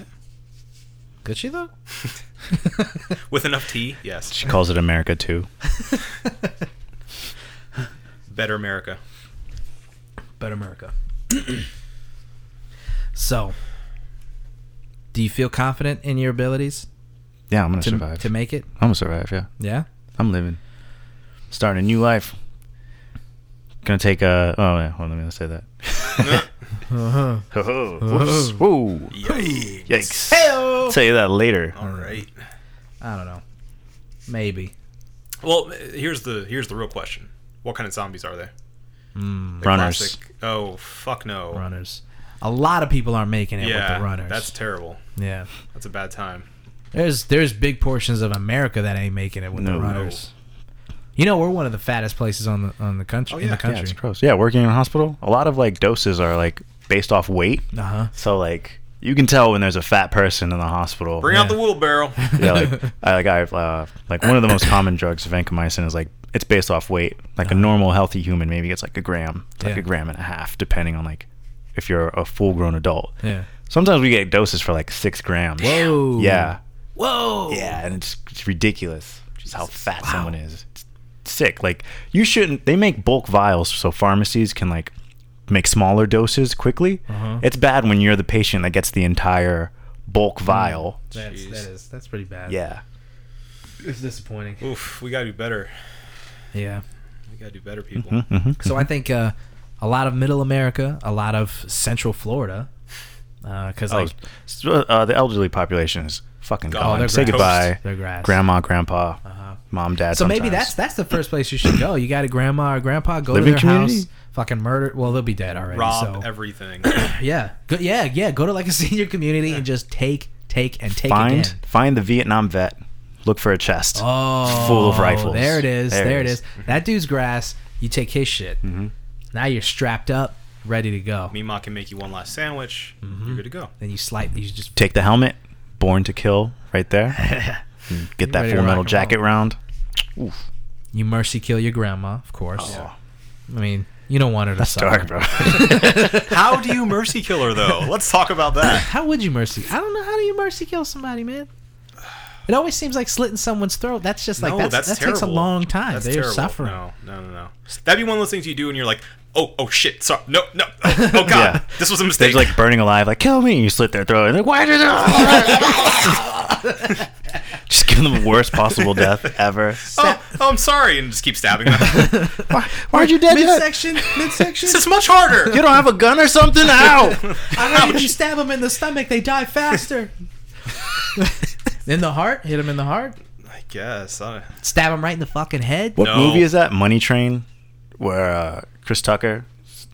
Could she though? With enough tea, yes. She calls it America too. Better America. But America. so, do you feel confident in your abilities Yeah, I'm gonna to, survive. to make it? I'm gonna survive. Yeah. Yeah. I'm living. Starting a new life. Gonna take a. Oh, yeah. Hold on. Let me say that. Uh-huh. Ho, ho. Whoops. Whoa. Yay. Yikes. Tell you that later. All right. I don't know. Maybe. Well, here's the here's the real question: What kind of zombies are they? Mm, Runners. Oh fuck no. Hmm, runners. A lot of people aren't making it Yeah, with the runners. that's terrible. yeah. That's a bad time. There's there's big portions of America that ain't making it with No. the runners. You know, we're one of the fattest places on the on the country Oh, in yeah. the Yeah, Yeah, it's country. gross. Yeah, working in a hospital, a lot of like doses are like based off weight. uh huh. So like you can tell when there's a fat person in the hospital. Bring out Yeah. the wheelbarrow. yeah, like I like I uh, like one of the most common drugs, vancomycin, is like it's based off weight. Like a normal healthy human maybe gets like a gram, to, like Uh-huh. Yeah. a gram and a half, depending on like if you're a full grown adult. Yeah. Sometimes we get doses for like six grams. Whoa. Yeah. Whoa. Yeah, and it's, it's ridiculous just how fat someone is. It's sick. Like you shouldn't. They make bulk vials so pharmacies can like make smaller doses quickly. Uh-huh. It's bad when you're the patient that gets the entire Mm. bulk vial. That's, that Jeez. is that's pretty bad. Yeah. It's disappointing. Oof, we gotta do better. Yeah. We gotta do better, Mm-hmm. people. Mm-hmm. So I think uh, a lot of Middle America, a lot of Central Florida, because Oh, like Oh, s- uh, the elderly population is fucking Gone. gone. they're Say grass. goodbye, They're grass. grandma, grandpa, mom, dad. so maybe sometimes. that's that's the first place you should go. You got a grandma or grandpa, go Living to their community? house, fucking murder. Well, they'll be dead already. Rob so everything. yeah, go, yeah, yeah. Go to like a senior community and just take, take, and take find again. find the Vietnam vet. Look for a chest Oh, full of rifles. There it is. There, it is. That dude's grass. You take his shit. Mm-hmm. Now you're strapped up, ready to go. Mima can make you one last sandwich. Mm-hmm. You're good to go. Then you slightly, you just take the helmet, born to kill, right there. And get that Ready to full rock metal and jacket roll. round. you mercy kill your grandma, of course. Oh, I mean, you don't want her to that's suffer. dark, bro. How do you mercy kill her though? Let's talk about that. How would you mercy? I don't know. How do you mercy kill somebody, man? It always seems like slitting someone's throat. That's just like no, that's, that's that terrible. takes a long time. That's They're terrible. suffering. No, no, no, no. That'd be one of those things you do, and you're like, oh, oh shit, sorry, no, no, oh, oh god, Yeah. this was a They're mistake. just, like burning alive, like kill me. And you slit their throat, and they're like why did it? Just give them the worst possible death ever. oh, oh, I'm sorry, and just keep stabbing them. Why, why'd you dead yet? Midsection, midsection. this is much harder. You don't have a gun or something? Ow! I mean, if you stab them in the stomach, they die faster. in the heart, hit them in the heart. I guess. I, Stab them right in the fucking head. what No. movie is that? Money Train, where uh, Chris Tucker.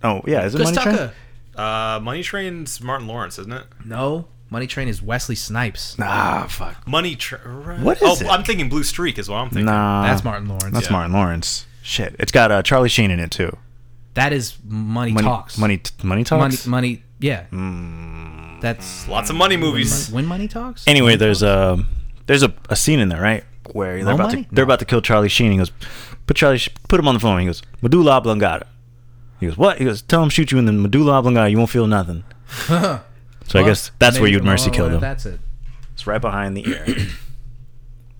Oh yeah, is it Chris Money Train? Tucker. Uh, Money Train's Martin Lawrence, isn't it? No, Money Train is Wesley Snipes. Nah, fuck. Money Train. What oh, is it? I'm thinking Blue Streak is what I'm thinking. Nah, That's Martin Lawrence. That's Yeah. Martin Lawrence. Shit, it's got uh, Charlie Sheen in it too. That is Money, Money, Talks. money, t- money money, talks. money. Yeah. Hmm. That's Lots of money movies. when Mm. Money Talks. anyway, there's a there's a, a scene in there, right? Where they're No about money? to they're about to kill Charlie Sheen. He goes, put Charlie, Sh- put him on the phone. He goes, medulla oblongata. He goes, what? He goes, tell him shoot you in the medulla oblongata. You won't feel nothing. so I guess that's where you'd mercy kill them. Oh, That's it. It's right behind the ear.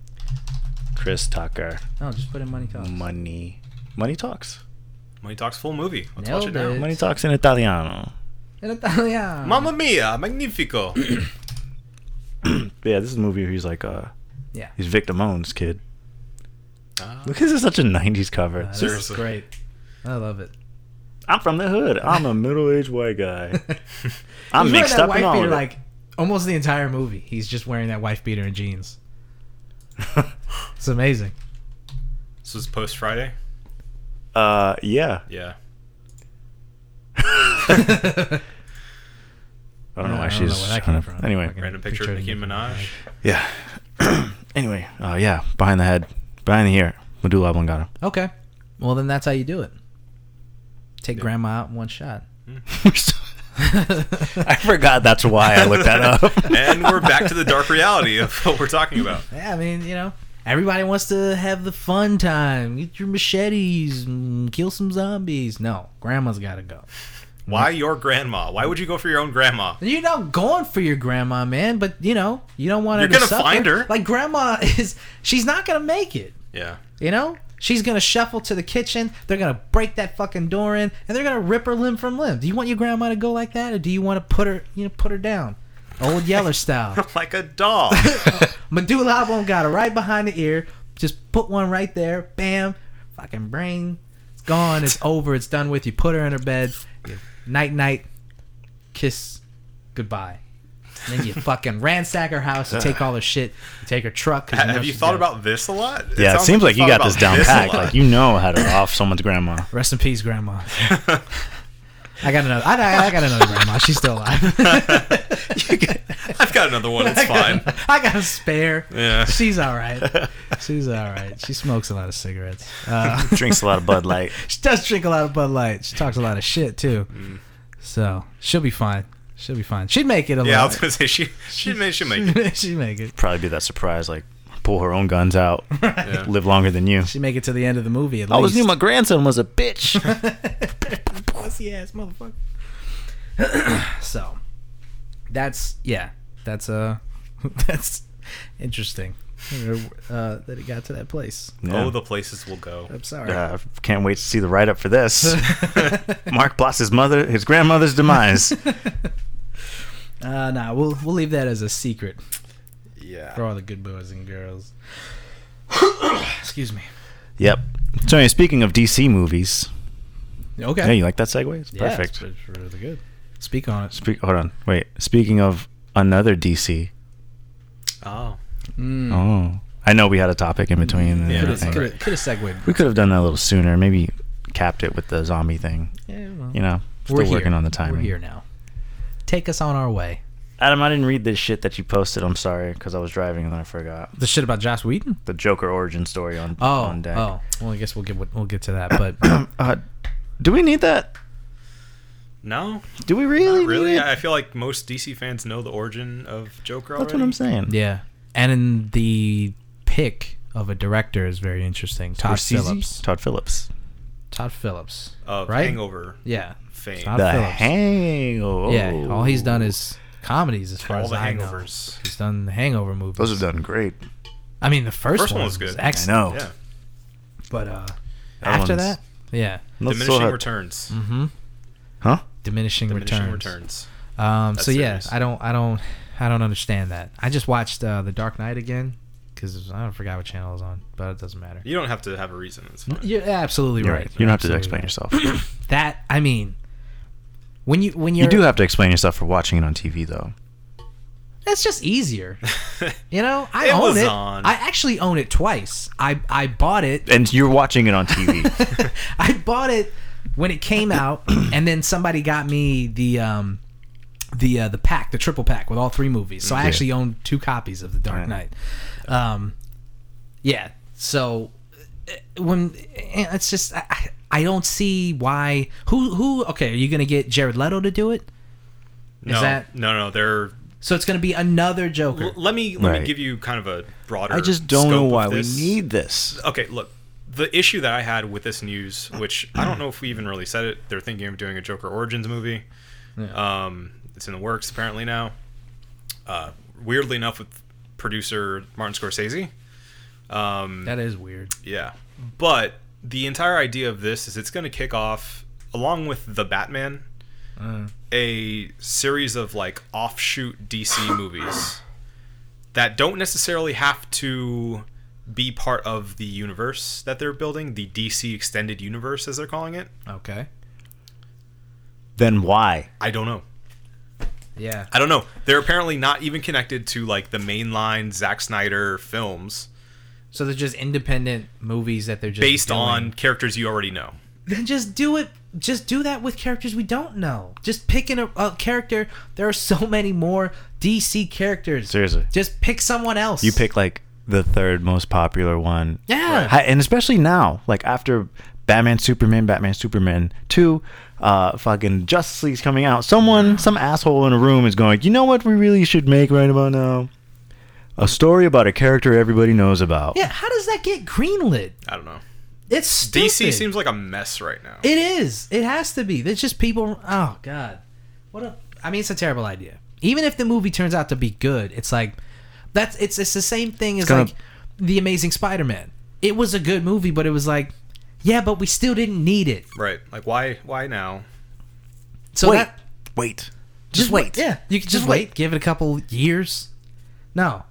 Chris Tucker, No, Oh, just put in Money Talks. money, money talks. Money Talks full movie. Let's watch Nailed it now. it. Money talks in Italiano. In Italian. Mamma mia, magnifico. Yeah, this is a movie where he's like, uh, Yeah. he's Vic Damone's kid. Ah. Look, this is such a '90s cover. This is Seriously. great. I love it. I'm from the hood. I'm a middle-aged white guy. I'm He's wearing mixed that up wife in all beater of it. like almost the entire movie. He's just wearing that wife beater and jeans. It's amazing. This was post Friday. uh, yeah. Yeah. I don't know I why don't she's. know where that came uh, from. Anyway, Fucking- Random picture, Picture of of Nicki Nicki Minaj. yeah. anyway, uh, yeah. Behind the head, behind the ear, medulla oblongata. Okay. Well, then that's how you do it. Take grandma out in one shot. I forgot that's why I looked that up. and we're back to the dark reality of what we're talking about. Yeah, I mean, you know, everybody wants to have the fun time. Get your machetes and kill some zombies. No, grandma's got to go. Why your grandma? Why would you go for your own grandma? You're not going for your grandma, man, but you know, you don't want You're her to gonna suffer. find her. Like grandma is she's not going to make it, Yeah. you know? She's going to shuffle to the kitchen. They're going to break that fucking door in and they're going to rip her limb from limb. Do you want your grandma to go like that or do you want to put her, you know, put her down? Old Yeller style. Like a doll. Medulla oblongata right behind the ear. Just put one right there. Bam. Fucking brain. It's gone. It's over. It's done with. You put her in her bed. Night night. Kiss. Goodbye. And then you fucking ransack her house, you take all her shit, you take her truck. 'cause know Have you she's thought dead. about this a lot? Yeah, it sounds seems like you thought got about this down a pat. lot. Like you know how to off someone's grandma. Rest in peace, grandma. I got another. I, I, I got another grandma. She's still alive. I've got another one. It's fine. I got a spare. Yeah. She's all right. She's all right. She smokes a lot of cigarettes. Uh, Drinks a lot of Bud Light. she does drink a lot of Bud Light. She talks a lot of shit too. So she'll be fine. She'll be fine. She'd make it a Yeah, I was lot. gonna say she she may she make it. she'd make it. Probably be that surprise, like pull her own guns out, Yeah. live longer than you. She'd make it to the end of the movie at I always least. knew my grandson was a bitch. pussy ass motherfucker. so, that's yeah, that's uh, that's interesting uh, that it got to that place. Yeah. Oh, the places will go. I'm sorry. Uh, can't wait to see the write up for this. Mark Bloss's mother, his grandmother's demise. Uh, nah, we'll we'll leave that as a secret for Yeah. all the good boys and girls. Excuse me. yep. So, anyway, speaking of DC movies, Okay. hey, you like that segue? It's Yeah, It's, perfect. it's really good. Speak on it. Spe- hold on, wait. Speaking of another DC, Oh. Mm. oh, I know we had a topic in between. and Yeah, Could that's everything. have all right. could have segued. We could have done that a little sooner. Maybe capped it with the zombie thing. Yeah, well, You know, still we're working here. on the timing. We're here now. Take us on our way. Adam, I didn't read this shit that you posted. I'm sorry because I was driving and then I forgot The shit about Josh Whedon. the Joker origin story on Oh, on deck. oh. Well, I guess we'll get we'll get to that. But Uh, do we need that? No, Do we really? not really. Need it? I I feel like most DC fans know the origin of Joker already. That's what I'm saying. yeah, and in the pick of a director is very interesting. Todd Scorsese? Phillips. Todd Phillips. Todd Phillips. Of Right? Hangover Yeah, fame. Todd The oh. Phillips. Hangover. Yeah, all he's done is comedies as far All as the I know. Hangovers. He's done the Hangover movies. done great. I mean, the first, First one one was good. I I excellent. know. Yeah. But uh, That after one's- that, yeah, Not so Diminishing hot. returns. mm-hmm. Huh? diminishing, Diminishing returns. returns. Um, so That's yeah, serious. I don't, I don't, I don't understand that. I just watched uh, the Dark Knight again because I don't forgot what channel it was on, but it doesn't matter. You don't have to have a reason. It's fine. You're absolutely You're right. right. You don't have to Absolutely explain right. yourself. That I mean, when you when you're, you do have to explain yourself for watching it on TV, though. That's just easier. You know, I It own was it. on. I actually own it twice. I I bought it. And you're watching it on TV. I bought it when it came out, and then somebody got me the um the uh, the pack, the triple pack with all three movies. So I actually own two copies of The Dark Right. Knight. Um, yeah. So uh, when eh, it's just I, I I don't see why who who okay are you gonna get Jared Leto to do it? no, that- no, no. They're So it's gonna be another Joker. L- let me let Right. me give you kind of a broader. I just don't know scope of why we this. need this. Okay, look, the issue that I had with this news, which I don't know if we even really said it, they're thinking of doing a Joker Origins movie. Um, it's in the works apparently now. Uh, weirdly enough, with producer Martin Scorsese. Um, That is weird. yeah, but the entire idea of this is it's going to kick off along with the Batman, a series of like offshoot DC movies that don't necessarily have to be part of the universe that they're building, the DC extended universe as they're calling it. Okay. Then why? I don't know. Yeah. I don't know. They're apparently not even connected to like the mainline Zack Snyder films So they're just independent movies that they're just based doing. on characters you already know. Then just do it. Just do that with characters we don't know. Just picking a, a character. There are so many more DC characters. Seriously. Just pick someone else. You pick like the third most popular one. Yeah. Hi- And especially now, like after Batman, Superman, Batman, Superman 2, uh, fucking Justice League's coming out, someone, some asshole in a room is going, you know what we really should make right about now? A story about a character everybody knows about. Yeah. How does that get greenlit? I don't know. It's stupid. DC seems like a mess right now. It is. It has to be. There's just people. Oh God. What a. I mean, it's a terrible idea. Even if the movie turns out to be good, it's like that's. It's it's the same thing as gonna- like the Amazing Spider-Man. It was a good movie, but it was like, yeah, but we still didn't need it. Right. Like why why now? So wait, that wait. just wait. Yeah, you can just, wait. Give it a couple years. No,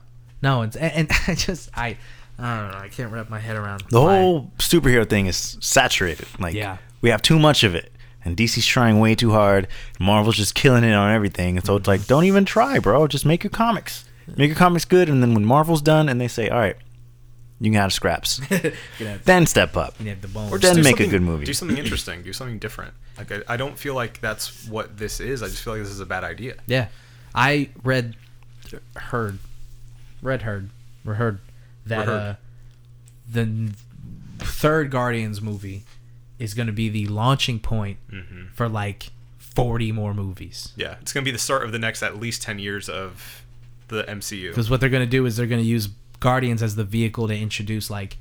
no, it's and, and I just I. I don't know. I can't wrap my head around The why- whole superhero thing is saturated. Like, Yeah. we have too much of it. and DC's trying way too hard. Marvel's just killing it on everything, and so it's like, don't even try, bro. Just make your comics, make your comics good, and then when Marvel's done, and they say, all right, you can have scraps, you can have, then step up. you can have the bones. Or Then do make a something- good movie. Do something interesting. do something different. Like I, I don't feel like that's what this is. I just feel like this is a bad idea. Yeah, I read, heard, read, heard, or heard that Heard. Uh, the n- third Guardians movie is going to be the launching point for like forty more movies. Yeah, it's gonna be the start of the next at least ten years of the MCU. Because what they're going to do is they're going to use Guardians as the vehicle to introduce like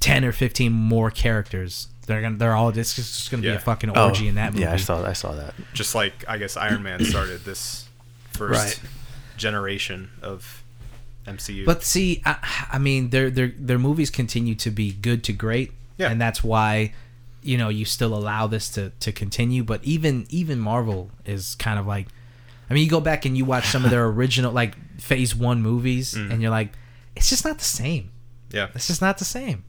ten or fifteen more characters. They're gonna, they're all it's just, going to be Yeah. a fucking Oh, orgy in that movie. Yeah, I saw, I saw that. Just like I guess Iron Man started this first Right. generation of MCU. But see, I, I mean, their their their movies continue to be good to great, Yeah. and that's why, you know, you still allow this to to continue. But even even Marvel is kind of like, I mean, you go back and you watch some of their original like Phase One movies, Mm. and you're like, it's just not the same. yeah, It's just not the same.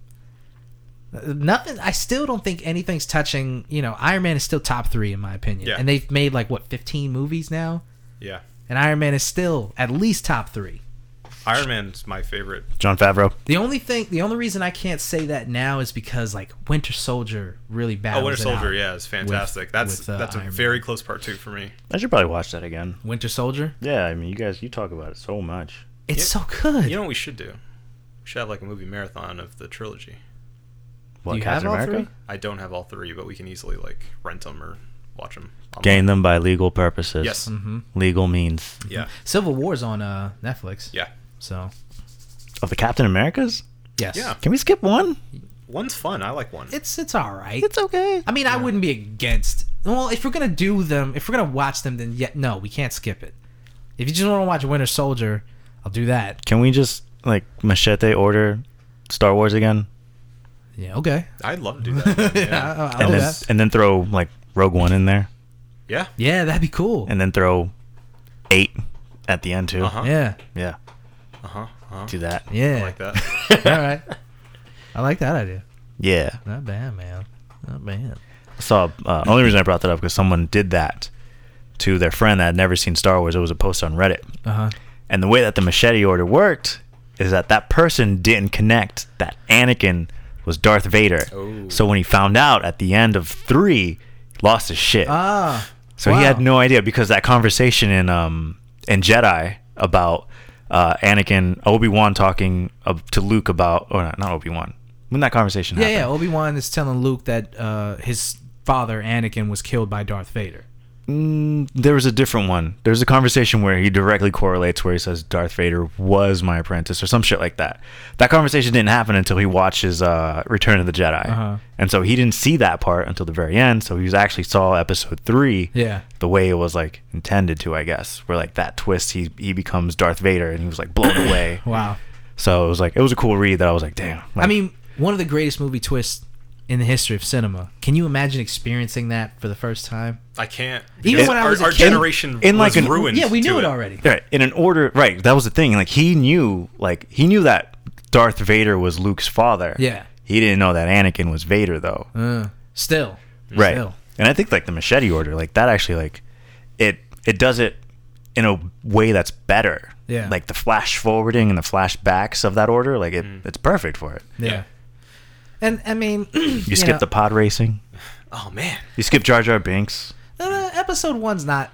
Uh, Nothing. I still don't think anything's touching. You know, Iron Man is still top three in my opinion, Yeah. and they've made like what 15 movies now, yeah. and Iron Man is still at least top three. Iron Man's my favorite. John Favreau. The only thing, the only reason I can't say that now is because like Winter Soldier really battles. Oh, Winter it Soldier, out. yeah, is fantastic. that's with, uh, that's a Iron Man. very close part two for me. I should probably watch that again. Winter Soldier, Yeah, I mean, you guys, you talk about it so much. it's Yeah. so good. You know what we should do? We should have like a movie marathon of the trilogy. What, You have all three? I don't have all three, but we can easily like rent them or watch them. Gain them by legal purposes. Yes. hmm Legal means. Yeah. Civil War's on uh, Netflix. Yeah. So Of the Captain Americas? yes, Yeah. Can we skip one? One's fun. I like one. it's it's all right. It's okay. I mean, I wouldn't be against. Well, if we're gonna do them, if we're gonna watch them, then yeah, no, we can't skip it. If you just want to watch Winter Soldier, I'll do that. Can we just like machete order Star Wars again, Yeah, okay. I'd love to do that. Yeah, oh, Yeah. yeah. I, I'll and do then that. and then throw like Rogue One in there, Yeah, that'd be cool. and then throw eight at the end too. Uh-huh. yeah, Yeah, Uh-huh. Uh-huh. do that. yeah. I like that. All right, I like that idea. Yeah, Not bad, man. Not bad. I saw. Uh, only reason I brought that up because someone did that to their friend that had never seen Star Wars. It was a post on Reddit, Uh huh. and the way that the machete order worked is that that person didn't connect that Anakin was Darth Vader. Oh. So when he found out at the end of three, he lost his shit. Ah. So he had no idea because that conversation in um in Jedi about uh Anakin Obi Wan talking up to Luke about or not, not Obi Wan when that conversation Yeah, yeah. happened. Obi Wan is telling Luke that uh, his father Anakin was killed by Darth Vader. Mm, there was a different one. There's a conversation where he directly correlates where he says Darth Vader was my apprentice or some shit like that. That conversation didn't happen until he watches uh, Return of the Jedi, Uh-huh. and so he didn't see that part until the very end. So he was actually saw Episode three. Yeah. the way it was like intended to, I guess. Where like that twist, he he becomes Darth Vader, and he was like blown away. Wow. So it was like it was a cool read that I was like, damn. Like, I mean, one of the greatest movie twists in the history of cinema. Can you imagine experiencing that for the first time? I can't. Even because when I our, was a our kid- generation in like was an- ruined. yeah, we to knew it, already. right in an order, right? That was the thing. Like he knew, like he knew that Darth Vader was Luke's father. Yeah. He didn't know that Anakin was Vader though. Uh, still. right. Still. And I think like the machete order, like that actually like it it does it in a way that's better. Yeah. Like the flash forwarding and the flashbacks of that order, like it, it's perfect for it. Yeah. And I mean, you, You, skip know, the pod racing. Oh man. You skip Jar Jar Binks. uh, episode one's not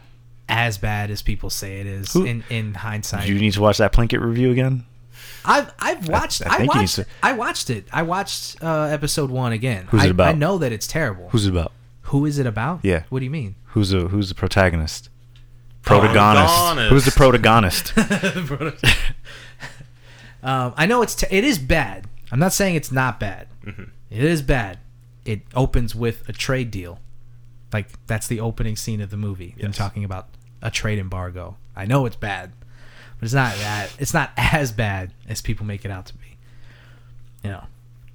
as bad as people say it is in in hindsight. You need to watch that Plinkett review again. I've I've watched I I, think he needs watched to- I watched it. I watched uh, episode one again. Who's I, it about? I know that it's terrible. Who's it about? Who is it about? Yeah. What do you mean? Who's the Who's the protagonist? Protagonist. Protagonist. Who's the protagonist? um, I know it's te- it is bad. I'm not saying it's not bad. Mm-hmm. It is bad. It opens with a trade deal. Like that's the opening scene of the movie. Them Yes. talking about a trade embargo. I know it's bad, but it's not that. It's not as bad as people make it out to be. You know,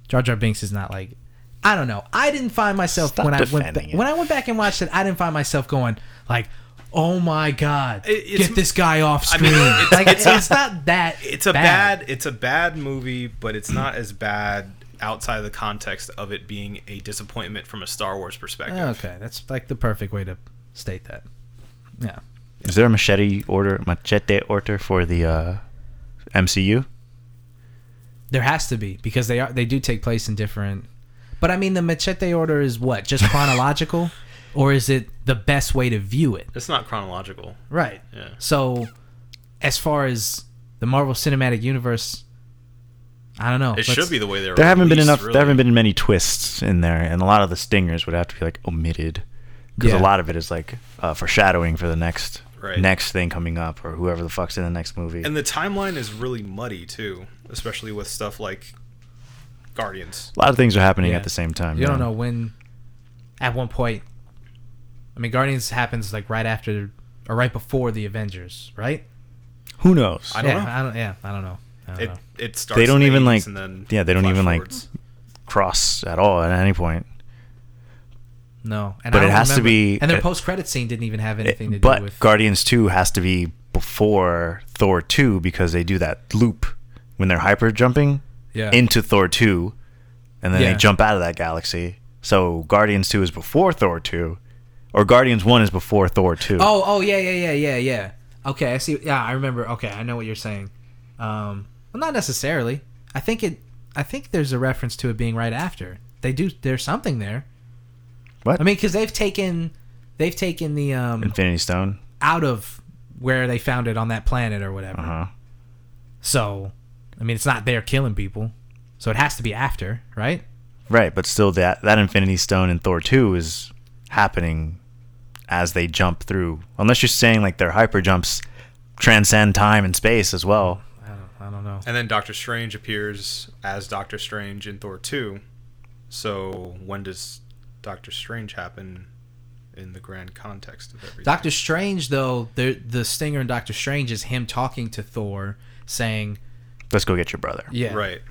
Jar Jar Binks is not like. I don't know. I didn't find myself Stop when I went defending ba- it. when I went back and watched it. I didn't find myself going like, "Oh my god, It- it's- get this guy off I screen." mean, it's- like, it's it's, a- not that. It's a bad. bad. It's a bad movie, but it's not as bad outside of the context of it being a disappointment from a Star Wars perspective. Oh, Okay, that's like the perfect way to state that. Yeah. Is there a machete order, machete order for the uh, MCU? There has to be because they are they do take place in different. But I mean, the machete order is what just chronological, or is it the best way to view it? It's not chronological. Right. Yeah. So, as far as the Marvel Cinematic Universe, I don't know. It Let's- should be the way they're There haven't been released, enough. really. There haven't been many twists in there, and a lot of the stingers would have to be like omitted because Yeah. a lot of it is like uh, foreshadowing for the next Right. next thing coming up or whoever the fuck's in the next movie. And the timeline is really muddy too, especially with stuff like Guardians. a lot of things are happening Yeah. at the same time. You don't yeah. know when. At one point, I mean, Guardians happens like right after or right before the Avengers, right? Who knows? I don't yeah, know. I don't. Yeah, I don't know. I don't It know. it starts. They don't in the even, 80s like- And then yeah, they don't flash even, like, forwards. Cross at all at any point. No, and But I it don't has to remember. be- And their it- post credit scene didn't even have anything to It- but do with. Guardians Two has to be before Thor Two because they do that loop when they're hyper jumping yeah. into Thor Two, and then Yeah. they jump out of that galaxy. So Guardians Two is before Thor Two, or Guardians One is before Thor Two. oh, oh, yeah, yeah, yeah, yeah, yeah. Okay, I see. Yeah, I remember. Okay, I know what you're saying. Um, well, not necessarily. I think it. I think there's a reference to it being right after. They do. There's something there. What? I mean, because they've taken, they've taken the um, Infinity Stone. out of where they found it on that planet or whatever. Uh huh. So, I mean, it's not there killing people. So it has to be after, right? Right, but still that that Infinity Stone in Thor Two is happening as they jump through. Unless you're saying like their hyper jumps transcend time and space as well. I don't. I don't know. And then Doctor Strange appears as Doctor Strange in Thor 2. So when does Doctor Strange happen in the grand context of everything? Doctor Strange, though, the the stinger in Doctor Strange is him talking to Thor, saying, Let's go get your brother. "Yeah, Right.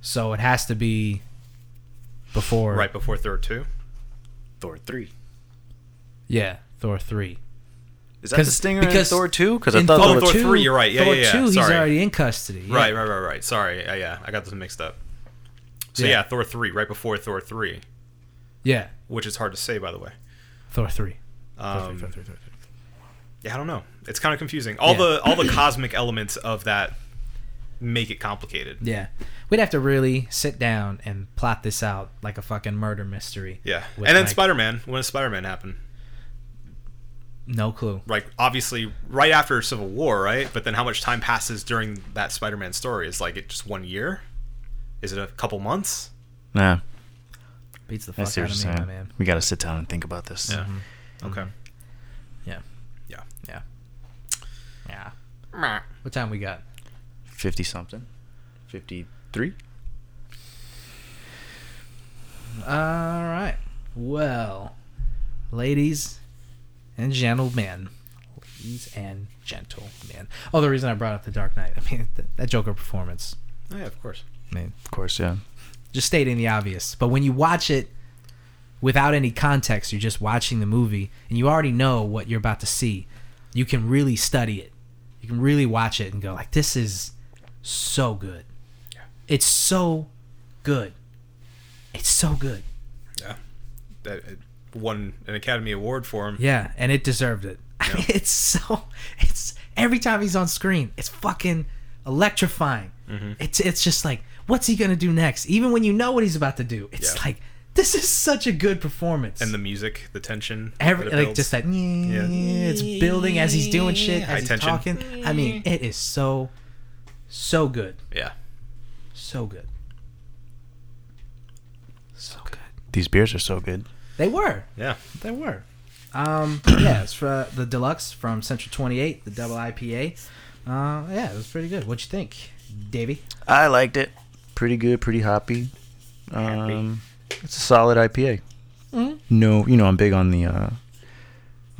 So it has to be before, Right before Thor 2. Thor Three. Yeah, Thor three. Is that the 'Cause- stinger because in Thor Two? Because I In thought Thor that was Thor- three, you're right. Yeah, Thor yeah, yeah, two, he's sorry. already in custody. yeah. Right, right, right, right. Sorry. Uh, yeah, I got this mixed up. So Yeah. yeah. Thor 3 right before Thor 3, Yeah, which is hard to say by the way. Thor three. Um, Thor three. Thor three. Thor three. yeah, I don't know. It's kind of confusing. All Yeah. the all the cosmic elements of that make it complicated. Yeah, we'd have to really sit down and plot this out like a fucking murder mystery. Yeah. With, and then like, Spider-Man, when does Spider-Man happen? No clue. like obviously right after Civil War, right? But then how much time passes during that Spider-Man story? Is like it just one year? Is it a couple months? Nah, Beats the I fuck see out what of me, you're my saying. man. We got to sit down and think about this. Okay. Yeah. Yeah. Yeah. Yeah. What time we got? Fifty something. Fifty three. All right. Well, ladies and gentlemen, ladies and gentlemen. Oh, the reason I brought up the Dark Knight. I mean, th- that Joker performance. Oh, yeah, of course. I mean, Of course, yeah. just stating the obvious. But when you watch it without any context, you're just watching the movie and you already know what you're about to see. You can really study it. You can really watch it and go like this is so good. It's so good. It's so good. Yeah. That it won an Academy Award for him. Yeah, and it deserved it. I mean, it's so it's every time he's on screen, it's fucking electrifying. Mm-hmm. It's it's just like what's he gonna do next? Even when you know what he's about to do, it's Yeah. like this is such a good performance. And the music, the tension. every that it like builds. just that it's building as he's doing shit as High he's tension. talking. I mean, it is so so good, Yeah. so good, so good. These beers are so good. They were. Yeah. They were. Um, yeah, it's for the deluxe from Central 28, the double IPA. Uh, yeah, it was pretty good. What'd you think, Davey? I liked it. Pretty good, pretty hoppy. Um, it's a solid IPA. Mm-hmm. No, you know I'm big on the uh,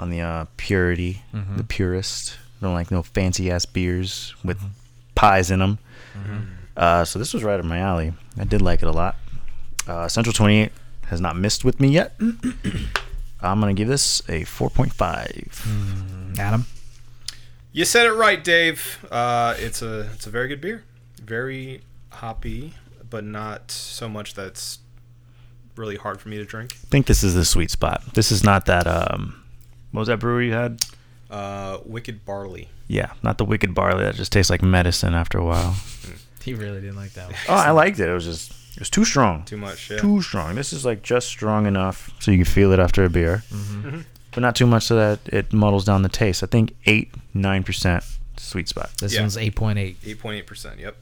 on the uh, purity, the purist. I don't like no fancy ass beers with pies in them. Uh, so this was right up my alley. I did like it a lot. Uh, Central 28 has not missed with me yet. I'm gonna give this a 4.5. Mm-hmm. Adam. You said it right, Dave. Uh, it's a it's a very good beer. Very hoppy, but not so much that's really hard for me to drink. think this is the sweet spot. This is not that. Um, what was that brewery you had? Uh, Wicked Barley. Yeah, not the wicked barley that just tastes like medicine after a while. He really didn't like that one. oh, I liked it. It was just it was too strong. Too much. Yeah. Too strong. This is like just strong enough so you can feel it after a beer, Mm-hmm. but not too much so that it muddles down the taste. I think eight nine percent sweet spot. This Yeah. one's 8.8. 8.8%. Yep.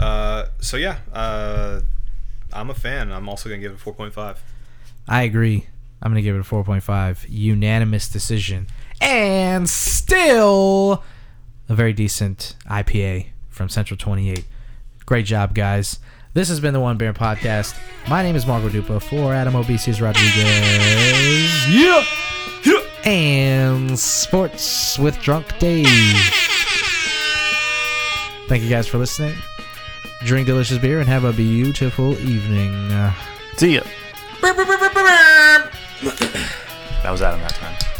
Uh, so yeah, uh, I'm a fan. I'm also gonna give it 4.5. I agree. I'm going to give it a 4.5. Unanimous decision. And still a very decent IPA from Central 28. Great job, guys. This has been the One Bear Podcast. My name is Margo Dupa for Adam Obesius Rodriguez. Yeah! Yeah! And Sports with Drunk Dave. Thank you guys for listening. Drink delicious beer and have a beautiful evening. See ya. That was Adam that time.